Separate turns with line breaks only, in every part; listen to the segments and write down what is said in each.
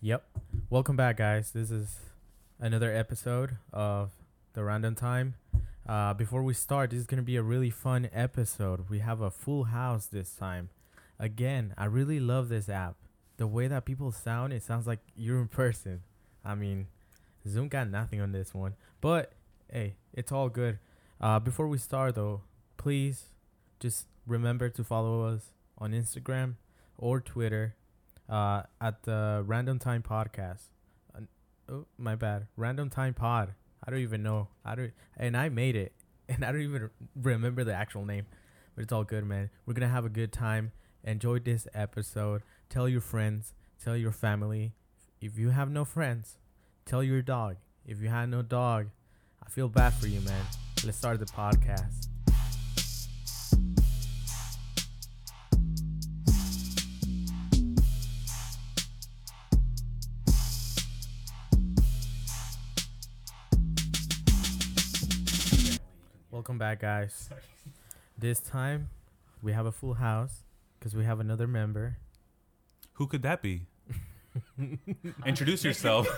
Yep. Welcome back, guys. This is another episode of the Random Time. Uh, before we start, this is going to be a really fun episode. We have a full house this time. Again, I really love this app. The way that people sound, it sounds like you're in person. I mean, Zoom got nothing on this one, but hey, it's all good. Uh, before we start, though, please just remember to follow us on Instagram or Twitter uh, at the Random Time Podcast. Uh, oh, my bad. Random Time Pod. I don't even know. I don't, and I made it, and I don't even remember the actual name, but it's all good, man. We're gonna have a good time. Enjoy this episode. Tell your friends. Tell your family. If you have no friends, tell your dog. If you had no dog, I feel bad for you, man. Let's start the podcast. Welcome back, guys. This time, we have a full house because we have another member.
Who could that be? Introduce yourself.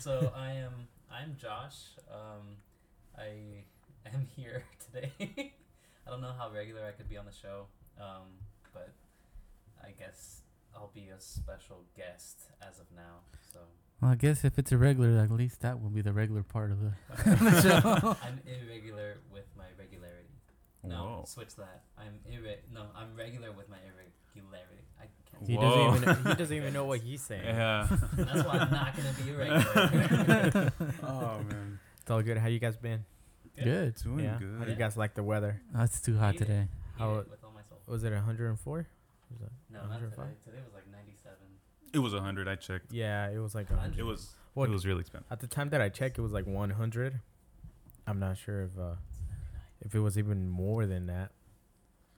so I am I'm Josh. Um, I am here today. I don't know how regular I could be on the show, um, but I guess I'll be a special guest as of now. So
Well, I guess if it's irregular, at least that will be the regular part of the, the show.
I'm irregular with my regularity. No,
Whoa.
switch that. I'm irre- No, I'm regular with my irregularity. I can't.
He
Whoa.
doesn't even he doesn't even know what he's saying.
Yeah.
That's why I'm not gonna be irregular.
oh man,
It's all good. How you guys been?
Good.
doing
yeah. How you
good.
guys like the weather?
Oh, it's too hot
Eat it.
today.
How-
How with all my soul.
Was it 104? Was it-
No, not today.
105?
Today was like 97.
It was hundred. I checked.
Yeah, it was like
It
100.
It was.
Well,
It was really expensive.
at the time that I checked, it was like 100. I'm not sure if uh, if it was even more than that.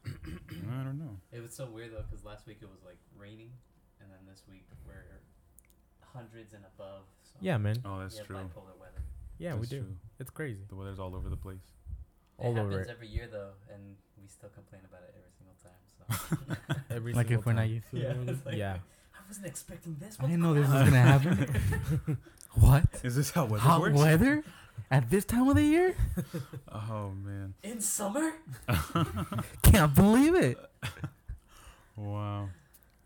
I don't know.
It was so weird though, because last week it was like raining, and then this week we're hundreds and above. So
Yeah, man.
Oh,
we
that's
have
true.
bipolar weather.
Yeah, we
That's
do.
true.
It's crazy.
The weather's all over the place.
All
it
over
happens
it.
every year though, and we still complain about it every single time. So
Every
Like
single
if we're not
time.
used to it.
yeah, it's like,
yeah.
I wasn't expecting this.
I
What
didn't
the
know this was
crap?
gonna happen. what?
Is this how weather
hot
works?
weather? At this time of the year?
Oh man.
in summer.
Can't believe it.
Wow.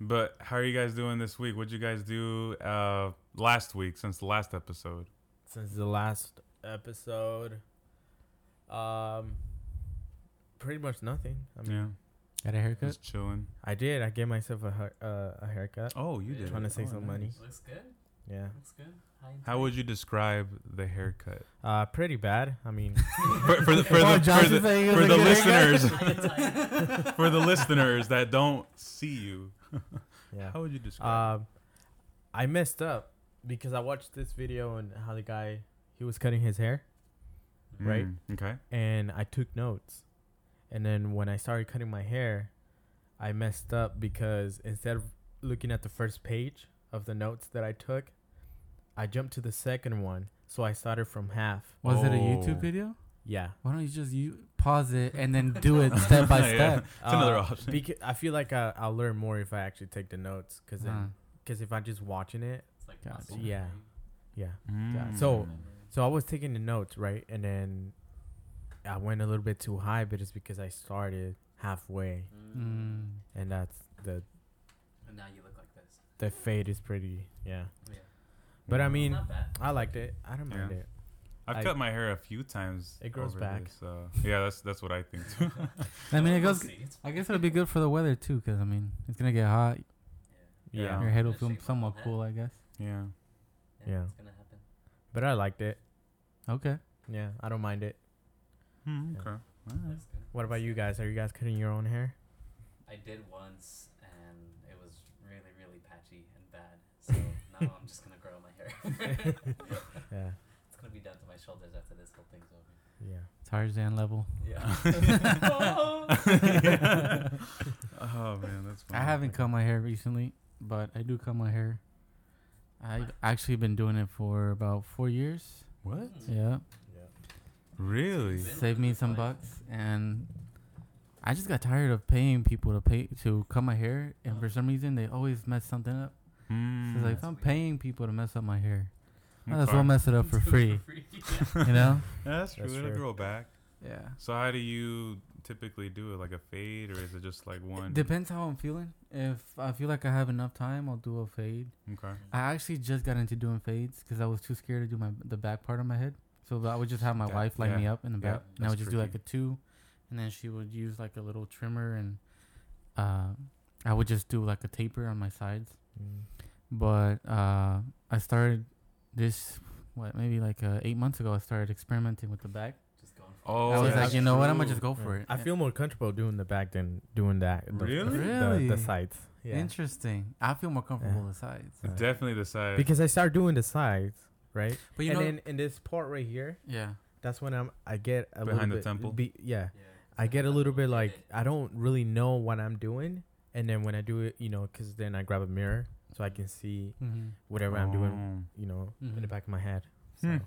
But how are you guys doing this week? What'd you guys do uh, last week since the last episode?
since the last episode. Um, pretty much nothing. I mean,
Yeah,
Got a haircut?
just chilling.
I did. I gave myself a hair- uh, a haircut.
Oh, you did.
Trying
it.
to save
Oh,
some money.
Looks good.
Yeah,
Looks good. High and
How would you describe the haircut?
uh, pretty bad. I mean,
for, for the, for the,
Oh, Josh
for
is
the,
saying it
for
was
the
a good
listeners,
tight. High and tight.
for the listeners that don't see you,
yeah.
how would you
Uh,
describe?
Um, I messed up because I watched this video and how the guy he was cutting his hair, right?
Mm, Okay.
and I took notes. And then when I started cutting my hair, I messed up because instead of looking at the first page of the notes that I took, I jumped to the second one. So I started from half.
Was it a
Oh.
YouTube video?
Yeah.
Why don't you just you pause it and then do it step by
Yeah.
step?
It's another option.
Beca- Uh, I feel like I, I'll learn more if I actually take the notes, cause
Huh.
Mm.
then, cause if I'm just watching it,
It's like
Gotcha.
muscle
Yeah. yeah.
Mm.
So- So I was taking the notes right, and then I went a little bit too high, but it's because I started halfway,
memory.
Mm.
and that's the
And now you look like this.
the fade is pretty. Yeah.
Yeah.
But I
Mm.
mean,
Not bad.
I liked it. I don't mind
Yeah.
it.
I've
I-
cut my hair a few times.
It grows
over
back.
this, so- yeah, that's that's what I think too.
I mean, it
We'll
goes.
see. It's
I guess
fine.
it'll be good for the weather too, 'cause I mean, it's gonna get hot.
Yeah.
Yeah.
Your head will
That
feel
shape up
somewhat
on
cool, I guess.
yeah.
Yeah.
Yeah.
It's gonna happen.
But I liked it.
Okay.
Yeah, I don't mind it.
Mm,
Yeah.
okay. Alright.
That's good.
What about you guys? Are you guys cutting your own hair?
I did once, and it was really, really patchy and bad. So now I'm just gonna grow my hair.
Yeah.
it's gonna be down to my shoulders after this whole thing's over.
Yeah.
Tarzan level.
Yeah.
Oh man, that's.
I haven't cut my hair recently, but I do cut my hair. I've actually been doing it for about four years.
What?
Hmm.
Yeah.
Yeah.
Really?
Been
Saved me
living
some
life.
bucks and I just got tired of paying people to pay to cut my hair and for some reason they always mess something up. 'Cause,
Mm.
like, if I'm
weird.
paying people to mess up my hair, I just
Okay.
will mess it up for
Do it
free.
yeah.
You know?
Yeah, that's true.
That's
It'll
true.
grow back.
yeah.
So how do you typically do it? Like a fade, or is it just like one?
Depends how I'm feeling. If I feel like I have enough time, I'll do a fade.
okay.
I actually just got into doing fades because I was too scared to do my the back part of my head. So I would just have my
That-
wife line
yeah.
me up in the
Yeah,
back, and I
that's
would just do like a
tricky.
two, and then she would use like a little trimmer, and uh, I would just do like a taper on my sides.
Mm.
But uh, I started this what maybe like uh, eight months ago. I started experimenting with the back.
Just going for
Oh,
I was
yeah,
like,
that's
you know what? I'm gonna
true.
just go for it.
I feel more comfortable doing the back than doing that. the- the-
Really?
The, the
Really?
sides. Yeah.
interesting. I feel more comfortable with sides.
Right.
Definitely the side.
Because I start doing the sides, right?
But you
and
know,
then in this part right here,
yeah.
that's when I'm I get a
Behind
little
the
bit,
temple?
Be, yeah,
it. Yeah.
I get a little bit like
Get it.
I don't really know what I'm doing, and then when I do it, you know, because then I grab a mirror so I can see
Mm-hmm.
whatever I'm doing,
Oh.
you know, in the
Mhm.
back of my head. So.
Hmm.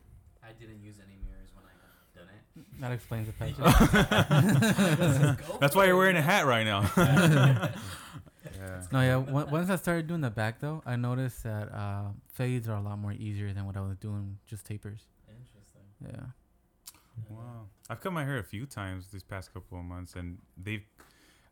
I didn't use any mirrors when I done it.
That explains the patch.
That's why you're wearing a hat right now. yeah.
No, yeah. on- Once I started doing the back though, I noticed that uh, fades are a lot more easier than what I was doing just tapers.
Interesting.
Yeah.
Wow. I've cut my hair a few times these past couple of months, and they've.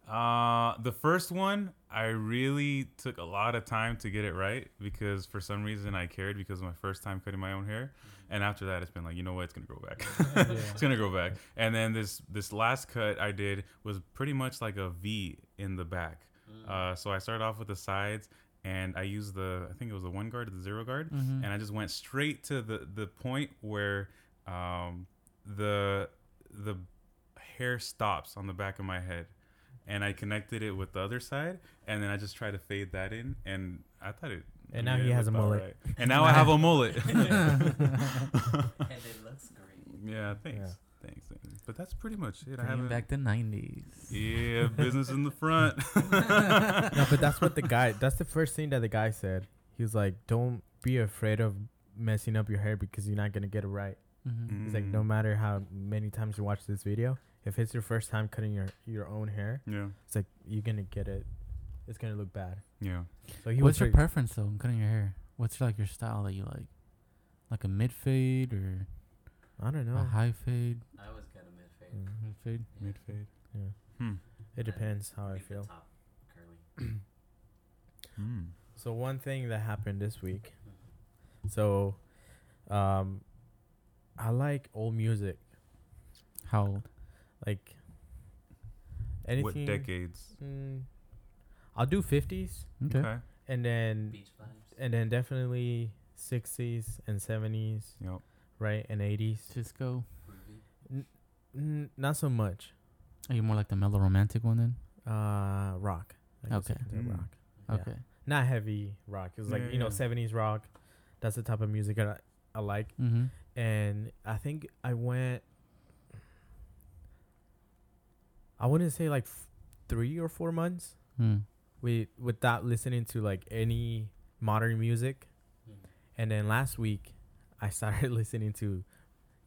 Uh, the first one, I really took a lot of time to get it right because for some reason I cared because it was my first time cutting my own hair. And after that, it's been like, you know what? It's going to grow back. it's going to grow back. And then this, this last cut I did was pretty much like a V in the back.
Mm.
Uh, so I started off with the sides and I used the, I think it was the one guard or the zero guard
Mm-hmm.
and I just went straight to the the point where um, the the hair stops on the back of my head, and I connected it with the other side, and then I just tried to fade that in, and I thought it.
And now
yeah,
he
it
has a
looked all
mullet.
right. And now I have a mullet.
and it looks great.
yeah, thanks. Thanks, thanks. But that's pretty much it. I haven't.
back the '90s.
yeah, business in the front.
no, but that's what the guy. That's the first thing that the guy said. He was like, "Don't be afraid of messing up your hair because you're not gonna get it right."
Mm.
Mm-hmm.
It's like no matter how many times you watch this video, if it's your first time cutting your your own hair,
Yeah,
it's like you're gonna get it. It's gonna look bad.
yeah.
So he
What's
was
your
pretty-
preference though? in cutting your hair. What's like your style that you like? Like a mid fade or
I don't
a
know.
high fade?
I was gonna mid fade.
Mm,
Mid fade.
Mid fade.
Yeah,
Hmm.
it depends how I
Leave the
feel.
top curly.
Hmm.
So one thing that happened this week. So, um, I like old music,
How old?
like anything.
What decades?
Mm, I'll do fifties,
Okay.
Okay.
and then
Beach vibes.
and then definitely sixties and seventies,
Yep.
right, and eighties.
Cisco.
Groovy.
N- not so much.
Are you more like the mellow romantic one then?
Uh, rock. I guess you
Okay.
could say
Mm.
rock. Yeah.
Okay.
Not heavy rock. It was like
Yeah,
you know
yeah.
seventies rock. That's the type of music that I, I like.
Mm-hmm.
and I think I went. I wouldn't say like f- three or four months
Mm.
with without listening to like any modern music,
Mm.
and then last week I started listening to,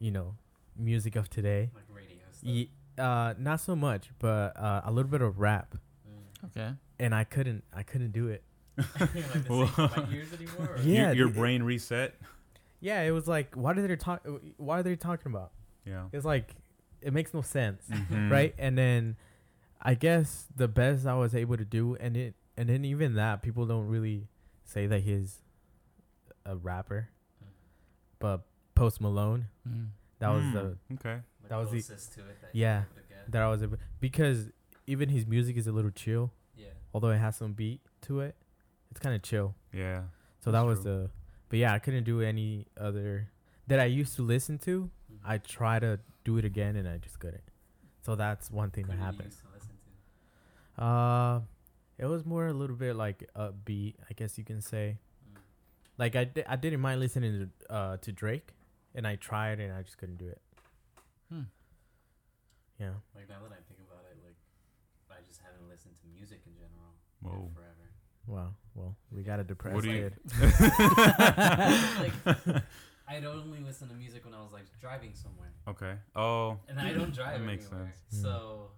you know, music of today.
Like radio stuff.
Ye- uh, not so much, but uh, a little bit of rap,
Mm.
Okay.
and I couldn't, I couldn't do it.
You're like, this ain't my ears anymore. or-
Yeah.
Your- your
it-
brain reset.
Yeah, it was like, why did they talk? Why are they talking about?
Yeah.
It's like, it makes no sense.
Mhm.
right? And then I guess the best I was able to do, and it, and then even that people don't really say that he's a rapper, but Post Malone,
Mm.
that was
Mm,
the
okay.
The
That was the-
closest to it that
yeah,
You were able to get.
that I was able because even his music is a little chill,
yeah.
although it has some beat to it. It's kind of chill.
Yeah.
So
That's
that was
true.
the, but yeah, I couldn't do any other that I used to listen to.
Mhm.
I try to do it again, and I just couldn't. So that's one thing
Who
that
do you
happened.
used to listen to?
Uh, it was more a little bit like upbeat, I guess you can say.
Mm.
Like I, di- I didn't mind listening to uh to Drake, and I tried and I just couldn't do it.
Hmm.
Yeah,
Like now that I think about it, like I just haven't listened to music in general in
Whoa.
forever.
wow. Well, we got a depressed
do you-
kid.
like I'd only listen to music when I was like driving somewhere,
okay. Oh.
and I don't drive
That makes
anywhere.
sense. Hmm.
So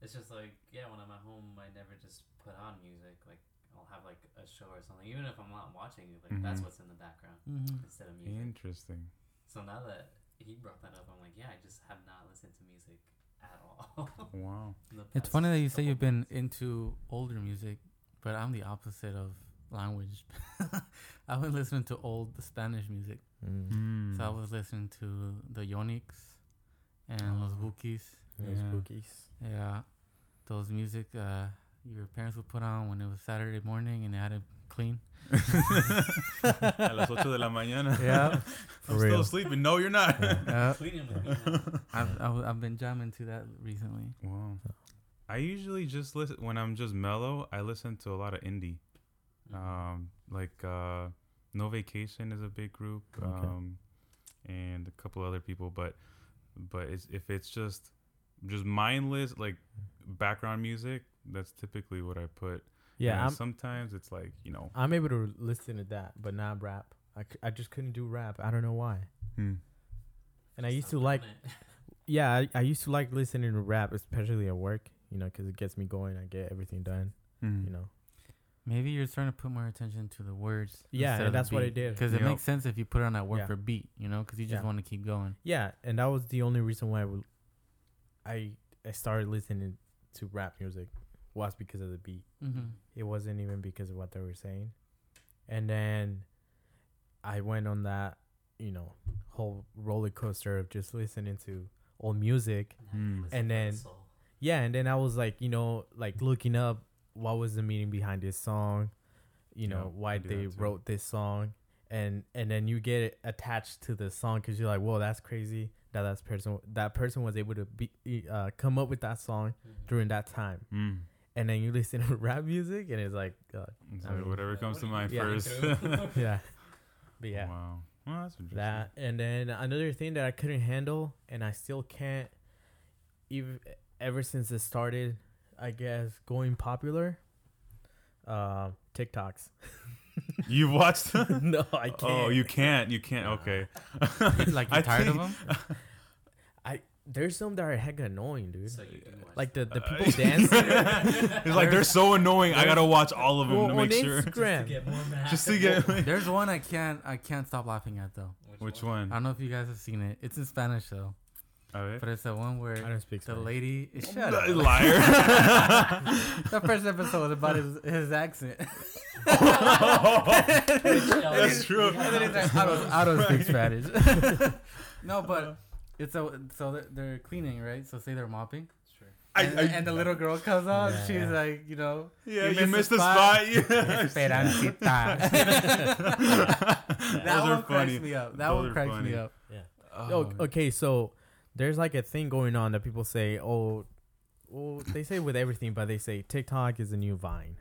it's just like yeah, when I'm at home, I never just put on music. Like I'll have like a show or something, even if I'm not watching it, like that's
Mhm.
what's in the background
Mm-hmm.
instead of music.
Interesting.
So now that he brought that up, I'm like, yeah, I just have not listened to music at all.
Wow.
in the
It's
past
funny that you say
couple
you've been
months.
into older music, but I'm the opposite of language. I've been listening to old Spanish music.
Mm.
Mm.
So I was listening to the Yonix and Los
Oh.
Bookies.
Those
Yeah.
bookies.
Yeah. Those music uh, your parents would put on when it was Saturday morning and they had to clean.
A las ocho de la mañana.
Yeah.
I'm
For real.
still sleeping. No, you're not.
Yeah.
Tweeting with me now.
I've, I've, I've been jamming to that recently.
Wow. I usually just listen when I'm just mellow. I listen to a lot of indie. Um, like uh, No Vacation is a big group,
Okay.
um, and a couple other people. But but it's, if it's just just mindless like background music, that's typically what I put. And
Yeah, I'm,
sometimes it's like you know.
I'm able to listen to that, but not rap. I, c- I just couldn't do rap. I don't know why.
Hmm.
And I
Just
used to
not
like,
doing it.
yeah, I, I used to like listening to rap, especially at work, you know, 'cause it gets me going. I get everything done,
Hmm.
you know.
Maybe you're starting to put more attention to the words.
Yeah, and that's what I did.
Because it
Yep.
makes sense if you put it on that word
Yeah.
for beat, you know, because you just
Yeah.
want to keep going.
Yeah, and that was the only reason why I, w- I, I started listening to rap music was because of the beat.
Mm-hmm.
It wasn't even because of what they were saying. And then I went on that, you know, whole roller coaster of just listening to old music.
Now you
Hmm.
listen
And
to the
then-
soul.
Yeah, and then I was like, you know, like looking up what was the meaning behind this song, you
Yeah,
know,
I
why
do that
they
too.
wrote this song, and and then you get attached to the song because you're like, whoa, that's crazy that that person that person was able to be uh, come up with that song
Mhm.
during that time,
Hmm.
and then you listen to rap music and it's like, uh,
So
I mean,
whatever
Yeah,
comes
what
to
are you
mind
going
first.
through?
yeah, but yeah,
Wow. Well, that's interesting.
that and then another thing that I couldn't handle and I still can't, even ever since it started, I guess going popular. Uh, TikToks.
You've watched them?
no, I can't.
Oh, you can't. You can't.
Nah.
Okay.
like you're
I
tired
think-
of them?
There's some that are hecka annoying, dude.
So you do watch
like the the
them.
people dancing.
It's like they're so annoying. I gotta watch all of them
Well,
to
on
make sure.
Just to
Instagram.
get more mad.
Just to get
There's one I can't I can't stop laughing at though.
which one?
I don't know if you guys have seen it. It's in Spanish though,
A ver.
but it's the one where
I don't speak
the
Spanish.
lady
Oh
is shut up.
liar.
the first episode was about his, his accent.
That's true.
And then he's like, I don't, I don't speak Spanish. no, but it's a so they're- they're cleaning right. So say they're mopping,
I-
and,
I-
and the little girl comes out.
Yeah,
she's
yeah.
like, you know,
yeah,
You
you missed
missed the
the
spot.
spot. Yeah.
Esperancita. that
Those are
one cracks
funny.
me up. That
Those
one
are
cracks
funny.
me up.
Oh, okay, so there's like a thing going on that people say, oh, well, they say with everything, but they say TikTok is a new Vine,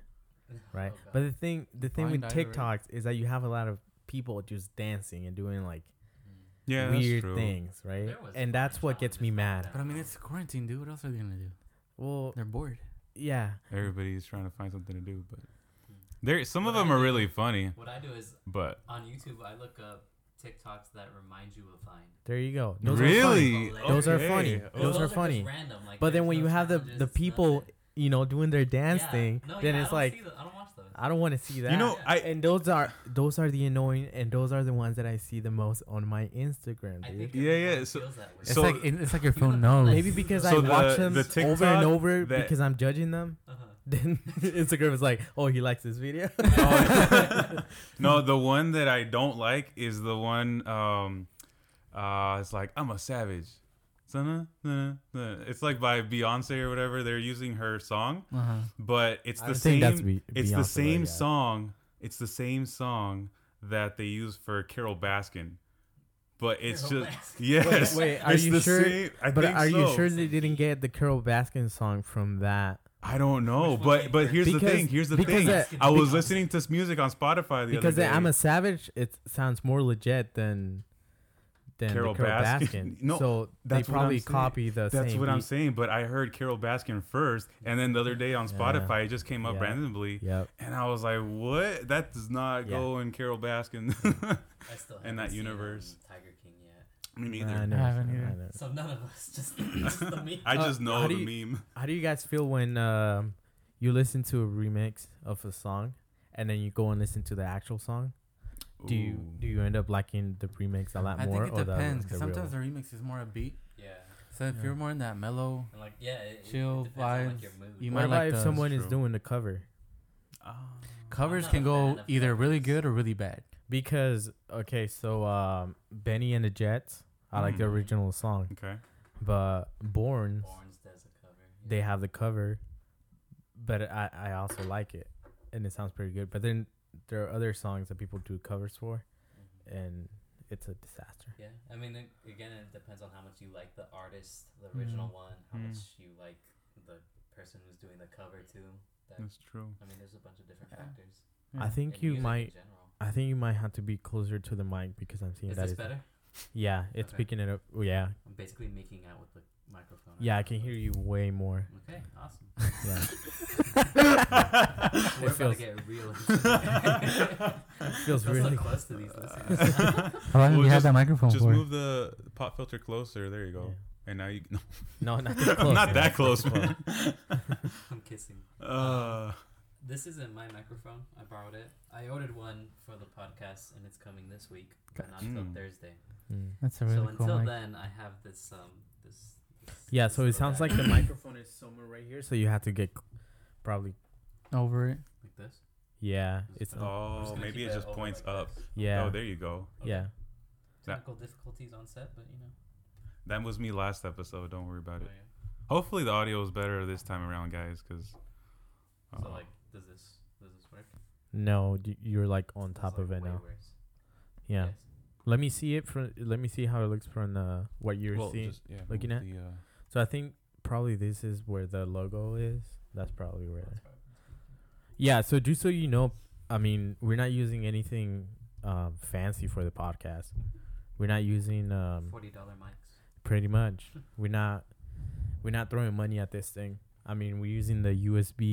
right? but the thing, the thing with
Vine died already.
TikToks is that you have a lot of people just dancing and doing like
Hmm.
Yeah, that's
weird
true.
things, right?
There was
And that's
Vine
what gets me
challenges back
mad.
But I mean, it's quarantine, dude. What else are they gonna do?
Well,
They're bored.
yeah,
Everybody's trying to find something to do, but there some of them are really funny,
What I do is
but
on YouTube, I look up TikToks that remind you of Vine.
there you go. are funny.
really,
funny.
Those are
Okay.
funny.
Oh,
Those are
just
funny.
random, like,
But then
there's
when
no
you have the
challenges,
the people,
nothing.
you know, doing their dance
Yeah.
thing,
No,
then
yeah,
it's
I don't
like Ah,
see the- I don't watch those.
I don't want to see that.
You know,
Yeah.
I
and those are those are the annoying, and those are the ones that I see the most on my Instagram,
I
dude.
think
Yeah,
everyone
yeah, so-
feels that way.
It's
So-
like it's like your phone knows.
Maybe because
So
I
the-
watch them over
the
and
TikTok
over
that-
because I'm judging them.
Uh-huh.
Then Instagram is like, oh, he likes this video.
Oh, no, the one that I don't like is the one. Um, uh, it's like I'm a savage. Sana, na, na. It's like by Beyonce or whatever. They're using her song,
Uh-huh.
but it's
I
the
don't think
same.
that's Be-
it's the
Beyonce,
same
yeah.
song. It's the same song that they use for Carol Baskin, but it's
Carol
just
Baskin.
yes.
Wait, are
it's
you
the
sure?
Same, I
but
think
are you
so.
sure they didn't get the Carol Baskin song from that?
I don't know,
Which one do
but
you
but
think?
here's the
Because-
thing. Here's the
because
thing.
that-
I was
because-
listening to music on Spotify the
Because uh,
other day.
I'm a savage, it sounds more legit than than
Carol
Carol, the Carol
Baskin.
Baskin.
No,
so they
that's what I'm
probably
saying.
copy the
That's
same.
what I'm
beat.
saying, but I heard Carol Baskin first, and then the other day on
Yeah.
Spotify, it just came up
Yeah.
randomly,
Yep.
and I was like, "What? That does not go in Carol Baskin."
I still
In that
haven't seen,
universe.
um, Tiger King yet.
Me
I,
neither.
know,
haven't
I
either.
know.
So none of us just, just the me.
I
Uh,
just know
how
the
do
meme.
How do you guys feel when um, you listen to a remix of a song and then you go and listen to the actual song? Do you
Ooh.
do you end up liking the remix a lot
I
more
think it depends
the,
because
the real
sometimes
one?
the remix is more upbeat.
Yeah.
So if
Yeah.
you're more in that mellow,
And like yeah, it, it-
Chill
it depends on
vibes.
like your mood.
You
what
might
about
like
if
those.
someone is
True.
doing the cover?
Ah.
covers
not
can
a
go
fan of
either really
covers.
good or really bad.
Because okay, so um, Benny and the Jets, I like the
Mm.
original song,
Okay.
but Born,
Borns does a cover. yeah.
they have the cover, but I I also like it, and it sounds pretty good. But then there are other songs that people do covers for,
Mhm.
and it's a disaster.
Yeah, I mean, it, again, it depends on how much you like the artist, the
Mm-hmm.
original one, how
Mm.
much you like the person who's doing the cover too. That
That's true.
I mean, there's a bunch of different
Yeah.
factors.
I
Yeah.
think
in
you
music in
might.
general.
I think you might have to be closer to the mic because I'm seeing
Is
that
this
it's-
better?
Yeah, it's
Okay.
picking it up. Oh, Yeah,
I'm basically making out with the microphone. right
yeah, I
now,
can
but-
hear you way more.
Okay, awesome.
Yeah.
We're about
feels-
to get real. into it.
feels
We're
really-
so close to these listeners.
How long
Well,
have you had
just-
that microphone
Just
for?
move the pop filter closer. There you go.
Oh, Yeah.
And now you.
No, not that
No,
close.
not
yeah,
that
it's
close, man.
I'm kissing.
Uh,
This isn't my microphone. I borrowed it. I ordered one for the podcast, and it's coming this week, but not till
Mm.
Thursday.
Mm.
That's a really
so
cool
until
mic.
then, I have this. Um, this, this
Yeah,
this
so it
little
sounds
guy.
like the microphone is somewhere right here, so you have to get c- probably
Over it.
like this.
yeah,
It's
it's
fine. I'm
oh,
just gonna
maybe
keep
it just
over
points
like
up.
this.
yeah,
Oh, there you go.
yeah.
That-
Technical difficulties on set, but you know.
That was me last episode. Don't worry about
oh,
it.
yeah.
Hopefully the audio is better this time around, guys. uh, Because Uh-huh.
So like, does this does this work?
No, y- you're like on
This is,
top
like,
of it
way
now.
worse.
Yeah,
Yes.
let me see it from. Let me see how it looks from uh, what you're seeing.
yeah,
looking
move
at-
the, uh,
So I think probably this is where the logo is. That's probably where.
That's probably-
Yeah, so just so you know, I mean, we're not using anything um, fancy for the podcast. We're not using um,
Forty dollar mics.
pretty much. We're not we're not throwing money at this thing. I mean, we're using the USB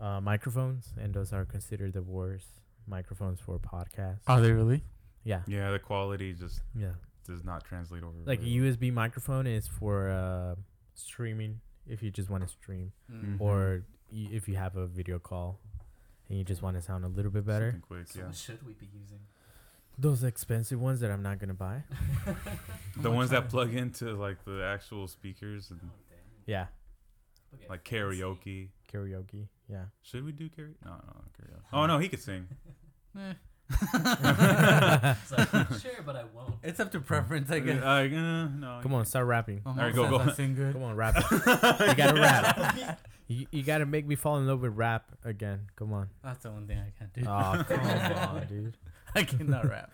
uh, microphones, and those are considered the worst microphones for podcasts.
Are they really?
yeah,
yeah, the quality just
yeah.
does not translate over.
Like a
very well.
USB microphone is for uh, streaming if you just want to stream,
Mm.
or y- if you have a video call and you just want to sound a little bit better.
Something quick,
So
yeah.
what should we be using?
Those expensive ones that I'm not gonna buy.
The ones that plug into like the actual speakers and
Oh, damn.
Yeah,
We'll get
Mm-hmm. like
fancy.
karaoke.
karaoke. Yeah.
Should we do karaoke? No, no, not karaoke. Oh no, he could sing.
Eh,
It's like, sure, but I won't.
it's up to preference, I guess.
Like, uh, no.
Come on, start rapping.
All
right, go, go.
I sing good.
Come on, rap. you gotta rap. You, you gotta make me fall in love with rap again. Come on.
That's the one thing I can't do.
Oh, come on, dude.
I cannot rap.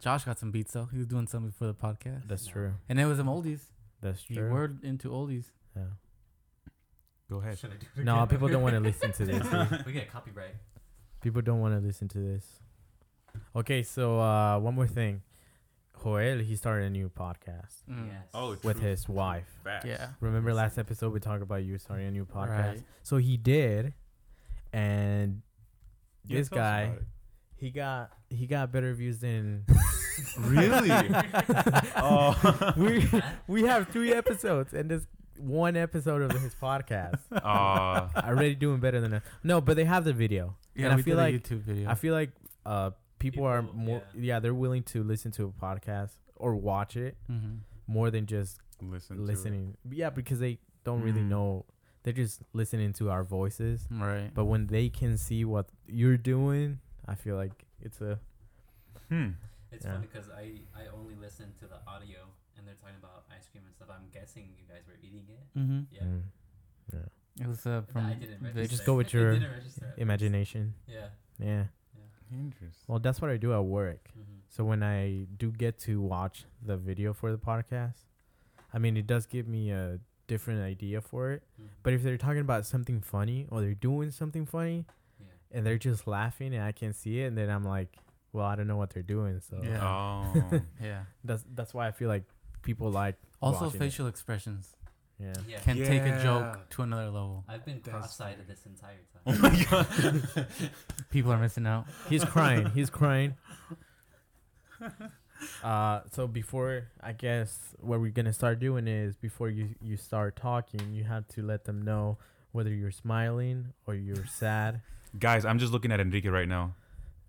Josh got some beats though. He was doing something for the podcast,
That's true.
and it was some oldies.
That's
You
true.
were into oldies.
Yeah.
Go ahead.
Should I do it
No,
again?
people don't want to listen to this. dude.
we get a copyright.
People don't want to listen to this. Okay, so uh, one more thing. Joel, he started a new podcast
Mm.
Yes.
Oh,
with
True.
his wife.
Facts.
Yeah.
Remember last episode we talked about you starting a new podcast?
Right.
So he did, and
Yeah,
this
tell us
guy,
about it.
he got he got better views than
Really? oh.
we we have three episodes and this one episode of his podcast
Aw.
already doing better than us. No, but they have the video.
Yeah,
And I
we
feel
did
like-
a YouTube video.
I feel like uh people are
People,
more
yeah.
yeah. they're willing to listen to a podcast or watch it
mm-hmm.
more than just
Listen. to it.
listening. Yeah, because they don't really
Mm.
know. They're just listening to our voices.
Right.
But when they can see what you're doing, I feel like it's a
Hmm.
It's
Yeah.
funny 'cause funny because I, I only listened to the audio and they're talking about ice cream and stuff. I'm guessing you guys were eating it.
mm-hmm.
Yeah.
Hmm.
mm,
It was uh,
But
from.
I didn't register.
Vic.
Just go with
It
your
didn't register at first.
imagination.
Yeah.
Yeah.
Interesting.
Well, that's what I do at work.
hmm
So when I do get to watch the video for the podcast, I mean, it does give me a different idea for it. But if they're talking about something funny or they're doing something funny
yeah.
and they're just laughing and I can see it, and then I'm like, well, I don't know what they're doing. So
Yeah.
Oh.
Yeah.
that's that's why I feel like people like
Also,
watching it.
facial expressions
Yeah.
yeah.
can take a
Yeah.
joke to another level.
I've been
That's
cross-sided
funny.
this entire time.
oh my god.
People are missing out.
He's crying. He's crying. Uh, so before I guess what we're gonna start doing is before you you start talking, you have to let them know whether you're smiling or you're sad
Guys, I'm just looking at Enrique right now.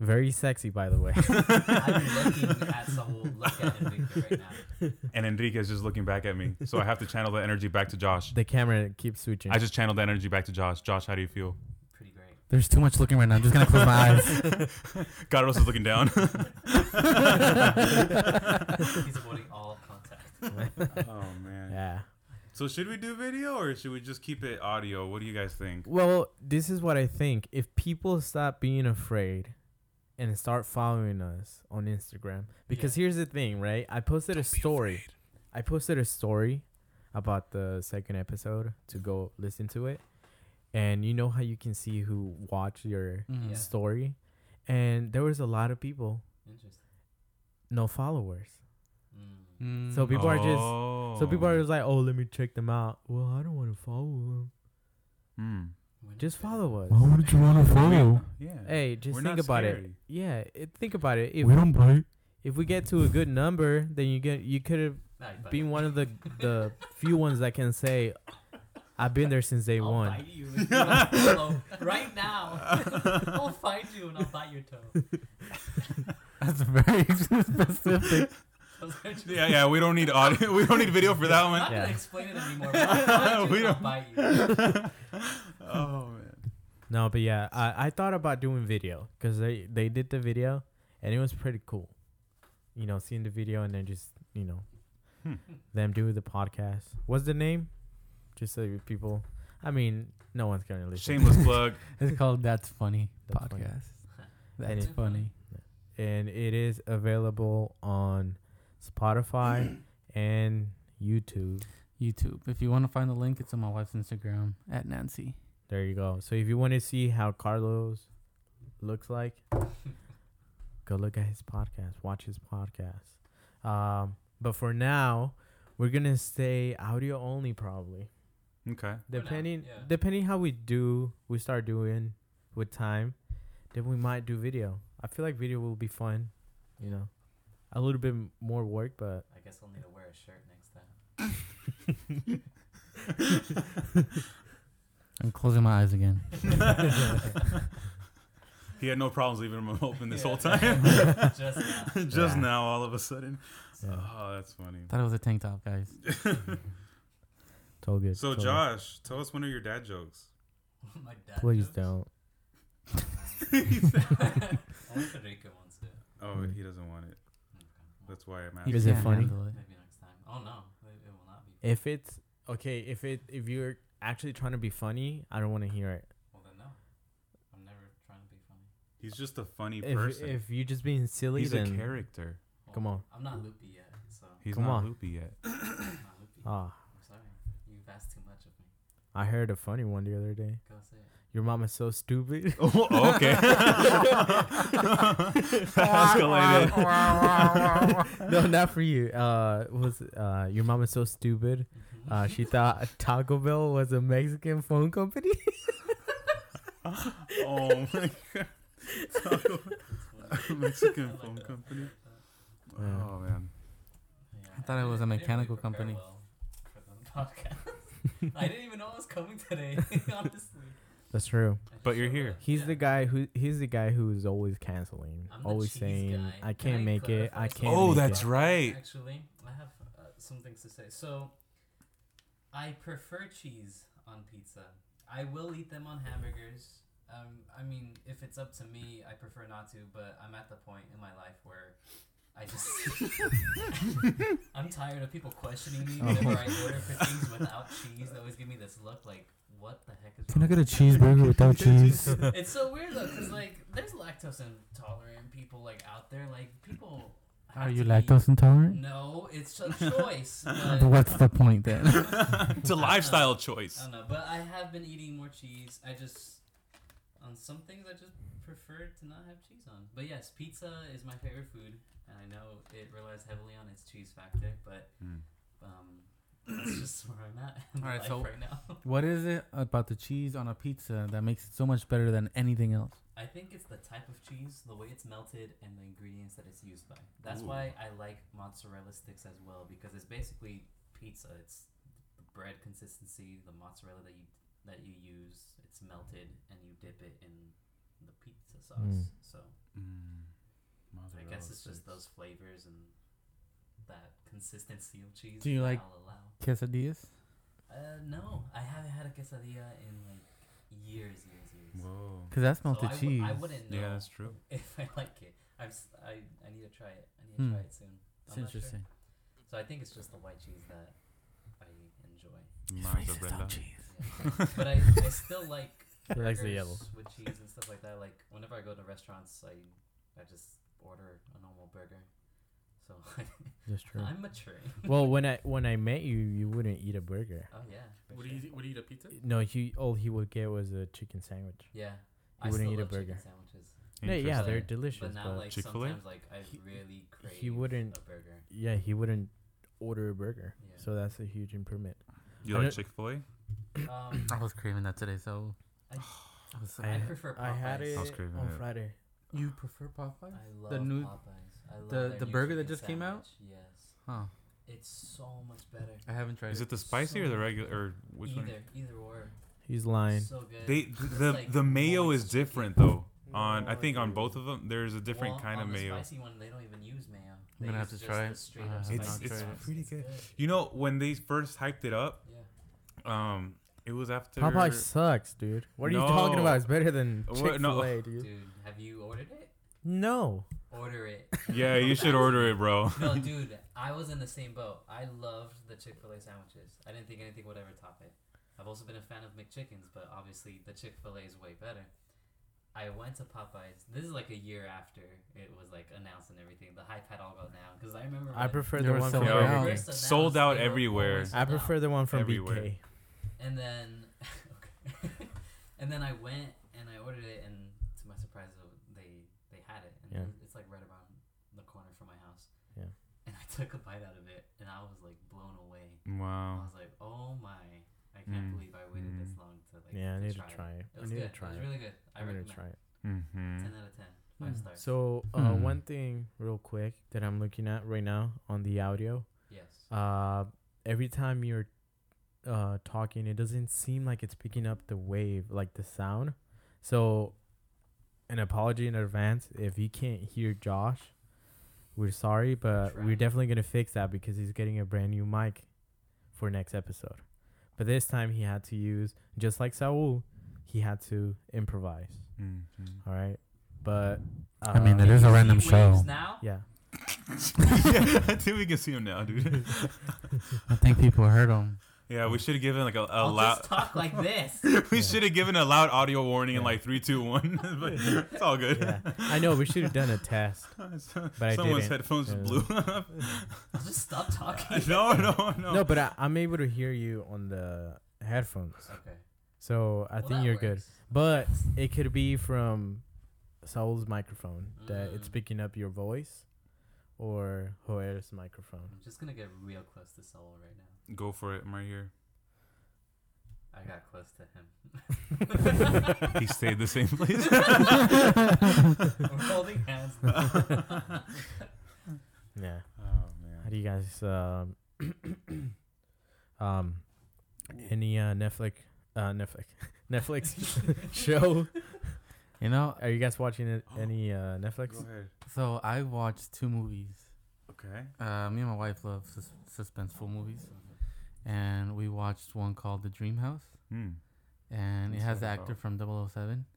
Very sexy, by the way.
I'm looking at Saul. Look at Enrique right now.
And Enrique is just looking back at me. So I have to channel that energy back to Josh.
the camera keeps switching.
I just channeled that energy back to Josh. Josh, how do you feel?
Pretty great.
There's too much looking right now. I'm just gonna close my eyes.
Carlos is looking down.
He's avoiding all contact.
oh man.
yeah.
So should we do video or should we just keep it audio? What do you guys think?
Well, this is what I think. If people stop being afraid and start following us on Instagram, because here's the thing, right? I posted a story. I posted a story about the second episode to go listen to it. And you know how you can see who watched your
Mhm.
Yeah.
story? And there was a lot of people,
Interesting.
no followers.
Mm.
Mm.
So people are just
just
so people are just like, "Oh, let me check them out." Well, I don't want to follow them.
Mm.
When
Just
did it-
follow us.
Why would you want to follow?
Yeah.
Hey, just
We're
think
not
about it.
scary.
Yeah, it, think about it. If
we don't bite.
if we get to a good number, then you get you could have
Nah, you bite
been
me.
one of the the few ones that can say, "I've been there since day
I'll
one."
bite you if you don't follow right now. I'll find you and I'll bite your toe.
That's very specific.
Yeah, yeah, we don't need audio. We don't need video for that
I'm
one.
not
Yeah.
gonna explain it anymore. But I'll find
We
you and I'll
don't-
bite you.
oh man.
No, but yeah, I, I thought about doing video because they they did the video and it was pretty cool. You know, seeing the video and then just you know
Hmm.
them do the podcast. What's the name? Just so you people. I mean, no one's gonna listen.
Shameless plug.
It's called That's Funny
That's funny.
Podcast.
And
That's
it-
funny.
and it is available on Spotify and YouTube.
YouTube. If you want to find the link, it's on my wife's Instagram at Nancy.
There you go. So if you want to see how Carlos looks like, go look at his podcast. Watch his podcast. Um, but for now, we're gonna stay audio only, probably.
Okay.
now,
Depending
yeah.
depending how we do, we start doing with time, then we might do video. I feel like video will be fun, you know, a little bit m- more work, but
I guess I'll need to wear a shirt next time.
I'm closing my eyes again.
He had no problems leaving him open this whole
Yeah.
time.
Just now.
Just
Yeah.
now, all of a sudden.
yeah,
Oh, that's funny.
Thought it was a tank top, guys.
it's all good.
So,
it's all good.
Josh, tell us one of your dad jokes.
My dad.
please
jokes?
don't.
Only Federico wants it.
Oh,
Hmm.
he doesn't want it. That's why I'm
You
Is
asking.
it
can't
funny?
handle it.
Maybe next time. Oh no, it, it will not be.
If it's okay, if it if you're actually trying to be funny, I don't want to hear it.
Well then, no. I'm never trying to be funny.
He's just a funny
If,
person.
if you're just being silly,
He's a
then
character.
Well,
Come on.
I'm not loopy yet, so
He's
Come
not
on.
loopy yet.
I'm not loopy.
ah,
I'm sorry. You've asked too much of me.
I heard a funny one the other day.
Go say it.
Your mom is so stupid.
oh, okay. that escalated.
no, not for you. Uh, was uh, your mom is so stupid.
Mm-hmm.
Uh, she thought Taco Bell was a Mexican phone company.
oh my
It's funny.
god. Mexican phone company.
Yeah.
Oh man.
Yeah,
I thought it was
didn't-
a
I didn't
mechanical
prepare
company.
well for the podcast. I didn't even know I was coming today, honestly.
That's true.
I just
But you're
showed
here.
up.
He's
Yeah.
the guy who he's the guy who is always canceling,
I'm the
always
cheese
saying
guy.
I
Can
can't make it.
clarify
I
something?
can't.
Oh,
make
that's
it.
right.
Actually, I have uh, some things to say. So, I prefer cheese on pizza. I will eat them on hamburgers. Um, I mean, if it's up to me, I prefer not to. But I'm at the point in my life where I just I'm tired of people questioning me
Uh-huh.
whenever I order for things without cheese. They always give me this look like, "What the heck is?"
Can I
wrong
get a
with you?"
cheeseburger without cheese?
it's so weird though, cause like there's lactose intolerant people like out there. Like people. have
Are you
to be-
lactose intolerant?
No, it's a choice. but,
But What's the point then?
it's a lifestyle choice.
I don't know, but I have been eating more cheese. I just on some things I just prefer to not have cheese on. But yes, pizza is my favorite food, and I know it relies heavily on its cheese factor. But
Mm.
um, that's just where I'm at. In
All right,
life
so-
right now,
What is it about the cheese on a pizza that makes it so much better than anything else?
I think it's the type of cheese, the way it's melted, and the ingredients that it's used by. That's
Ooh.
why I like mozzarella sticks as well because it's basically pizza. It's the bread consistency, the mozzarella that you that you use. It's melted, and you dip it in the pizza sauce.
Mm.
So
Mm,
I guess it's
mozzarella
just those flavors and that consistency of cheese.
Do you
that
like-
I'll allow.
Quesadillas.
Uh, no, I haven't had a quesadilla in like years, years, years.
sticks. Whoa.
Cause that's
So
melted
I
cheese.
wou- I wouldn't know
Yeah, that's true.
if I like it. I'm, s- I, I need to try it. I need to
Hmm.
try it soon.
It's
I'm not sure.
interesting.
So I think it's just the white cheese that I enjoy.
Mozzarella.
Yeah. but I, I still like
He likes the
burgers
yellow.
with cheese and stuff like that. Like whenever I go to restaurants, I I just order a normal burger. So
That's true.
I'm maturing.
well, when I when I met you, you wouldn't eat a burger.
Oh yeah. for
Would
sure.
you would you eat a pizza?
No, he all he would get was a chicken sandwich.
Yeah.
You
I
wouldn't eat
still
a
love chicken
burger.
Sandwiches,
No, yeah, they're
Interesting.
delicious.
but
But
now like
Chick-fil-A?
sometimes like I
He-
really crave
wouldn't-
a burger.
yeah, he wouldn't order a burger.
Yeah.
So that's a huge improvement.
You
I
like
don't-
Chick Fil A?
Um,
I was craving that today, so
I-
I was.
I prefer Popeyes.
I had it
I was craving
on
it.
Friday.
you prefer Popeyes?
I love
new-
Popeyes. I love
the-
their
the
new
burger that
chicken
just came out?
sandwich. Yes.
Huh?
It's so much better.
I haven't tried
Is it the spicy or the regular? Or which
either,
one?
either or.
He's lying.
So good.
They
It's
the
like
the mayo
moist
is
chicken.
different though. On I think on both of them there's a different
Well,
kind of
on the
mayo.
Spicy one, they don't even use mayo. They
gonna have
use just
to
the
try it. Uh,
straight
I
up
have
It's-
spicy
it's
sauce.
pretty good. You know when they first hyped it up,
Yeah.
um, it was after
Popeye sucks, dude. What are you talking
No.
about? It's better than
What-
Chick Fil
no.
A, dude.
Dude, have you ordered it?
No,
Order it.
Yeah, you should order it, bro.
No, dude, I was in the same boat. I loved the Chick Fil A sandwiches. I didn't think anything would ever top it. I've also been a fan of McChickens, but obviously the Chick Fil A is way better. I went to Popeyes. This is like a year after it was like announced and everything. The hype had all gone down because I remember.
I
when
prefer
They
the
were
one
sold
from.
out.
BK.
Yeah.
first announced
Sold
they
out
were
everywhere.
always
I
sold out.
prefer the one from
Everywhere.
BK.
And then, okay. and then I went and I ordered it, and to my surprise, it- they they had it, and
Yeah.
it- it's like right around the corner from my house.
Yeah.
And I took a bite out of it, and I was like blown away. I
Wow.
was like, oh my! I can't
Mm.
believe I waited this
Mm.
long to like.
Yeah, I need to
it.
try it.
It
I
was
need to
good.
try
it was
it.
really good. I
I need
recommend.
to try it.
Mm-hmm.
Ten out of ten. Five
Hmm.
stars.
So uh,
Hmm.
one thing, real quick, that I'm looking at right now on the audio.
yes.
Uh, every time you're uh talking, it doesn't seem like it's picking up the wave, like the sound. So, an apology in advance if you can't hear Josh. We're sorry, but we're
Trying.
definitely gonna fix that because he's getting a brand new mic for next episode. But this time he had to use just like Saul, he had to improvise.
Mm-hmm.
All right, but uh,
I mean, it is a
You
random
see waves
show.
Now.
Yeah.
yeah, I think we can see him now, dude.
I think people heard them.
Yeah, we should have given like a, a
I'll
loud.
just talk like this.
we
Yeah.
should have given a loud audio warning in
Yeah.
like three, two, one. but it's all good.
yeah. I know we should have done a test.
So-
But I
Someone's
didn't.
headphones
Yeah.
blew up.
I'll just stop talking.
no, no, no.
No, but I, I'm able to hear you on the headphones,
Okay.
so I
Well,
think
that
you're good.
works.
But it could be from Saul's microphone that it's
Mm.
picking up your voice, or Joel's microphone.
I'm just gonna get real close to Saul right now.
Go for it. I'm right here.
I got close to him.
He stayed the same place.
We're holding hands. Um, now.
Yeah.
Oh
How
man.
do you guys um um any uh, Netflix uh Netflix Netflix show?
You know,
Are you guys watching it, any uh Netflix?
Go ahead.
so I watched two movies.
Okay.
Uh, me and my wife love sus- suspenseful movies, and we watched one called The Dream House,
Hmm.
and it
What's
has the
that
actor
about?
from 007.
Um,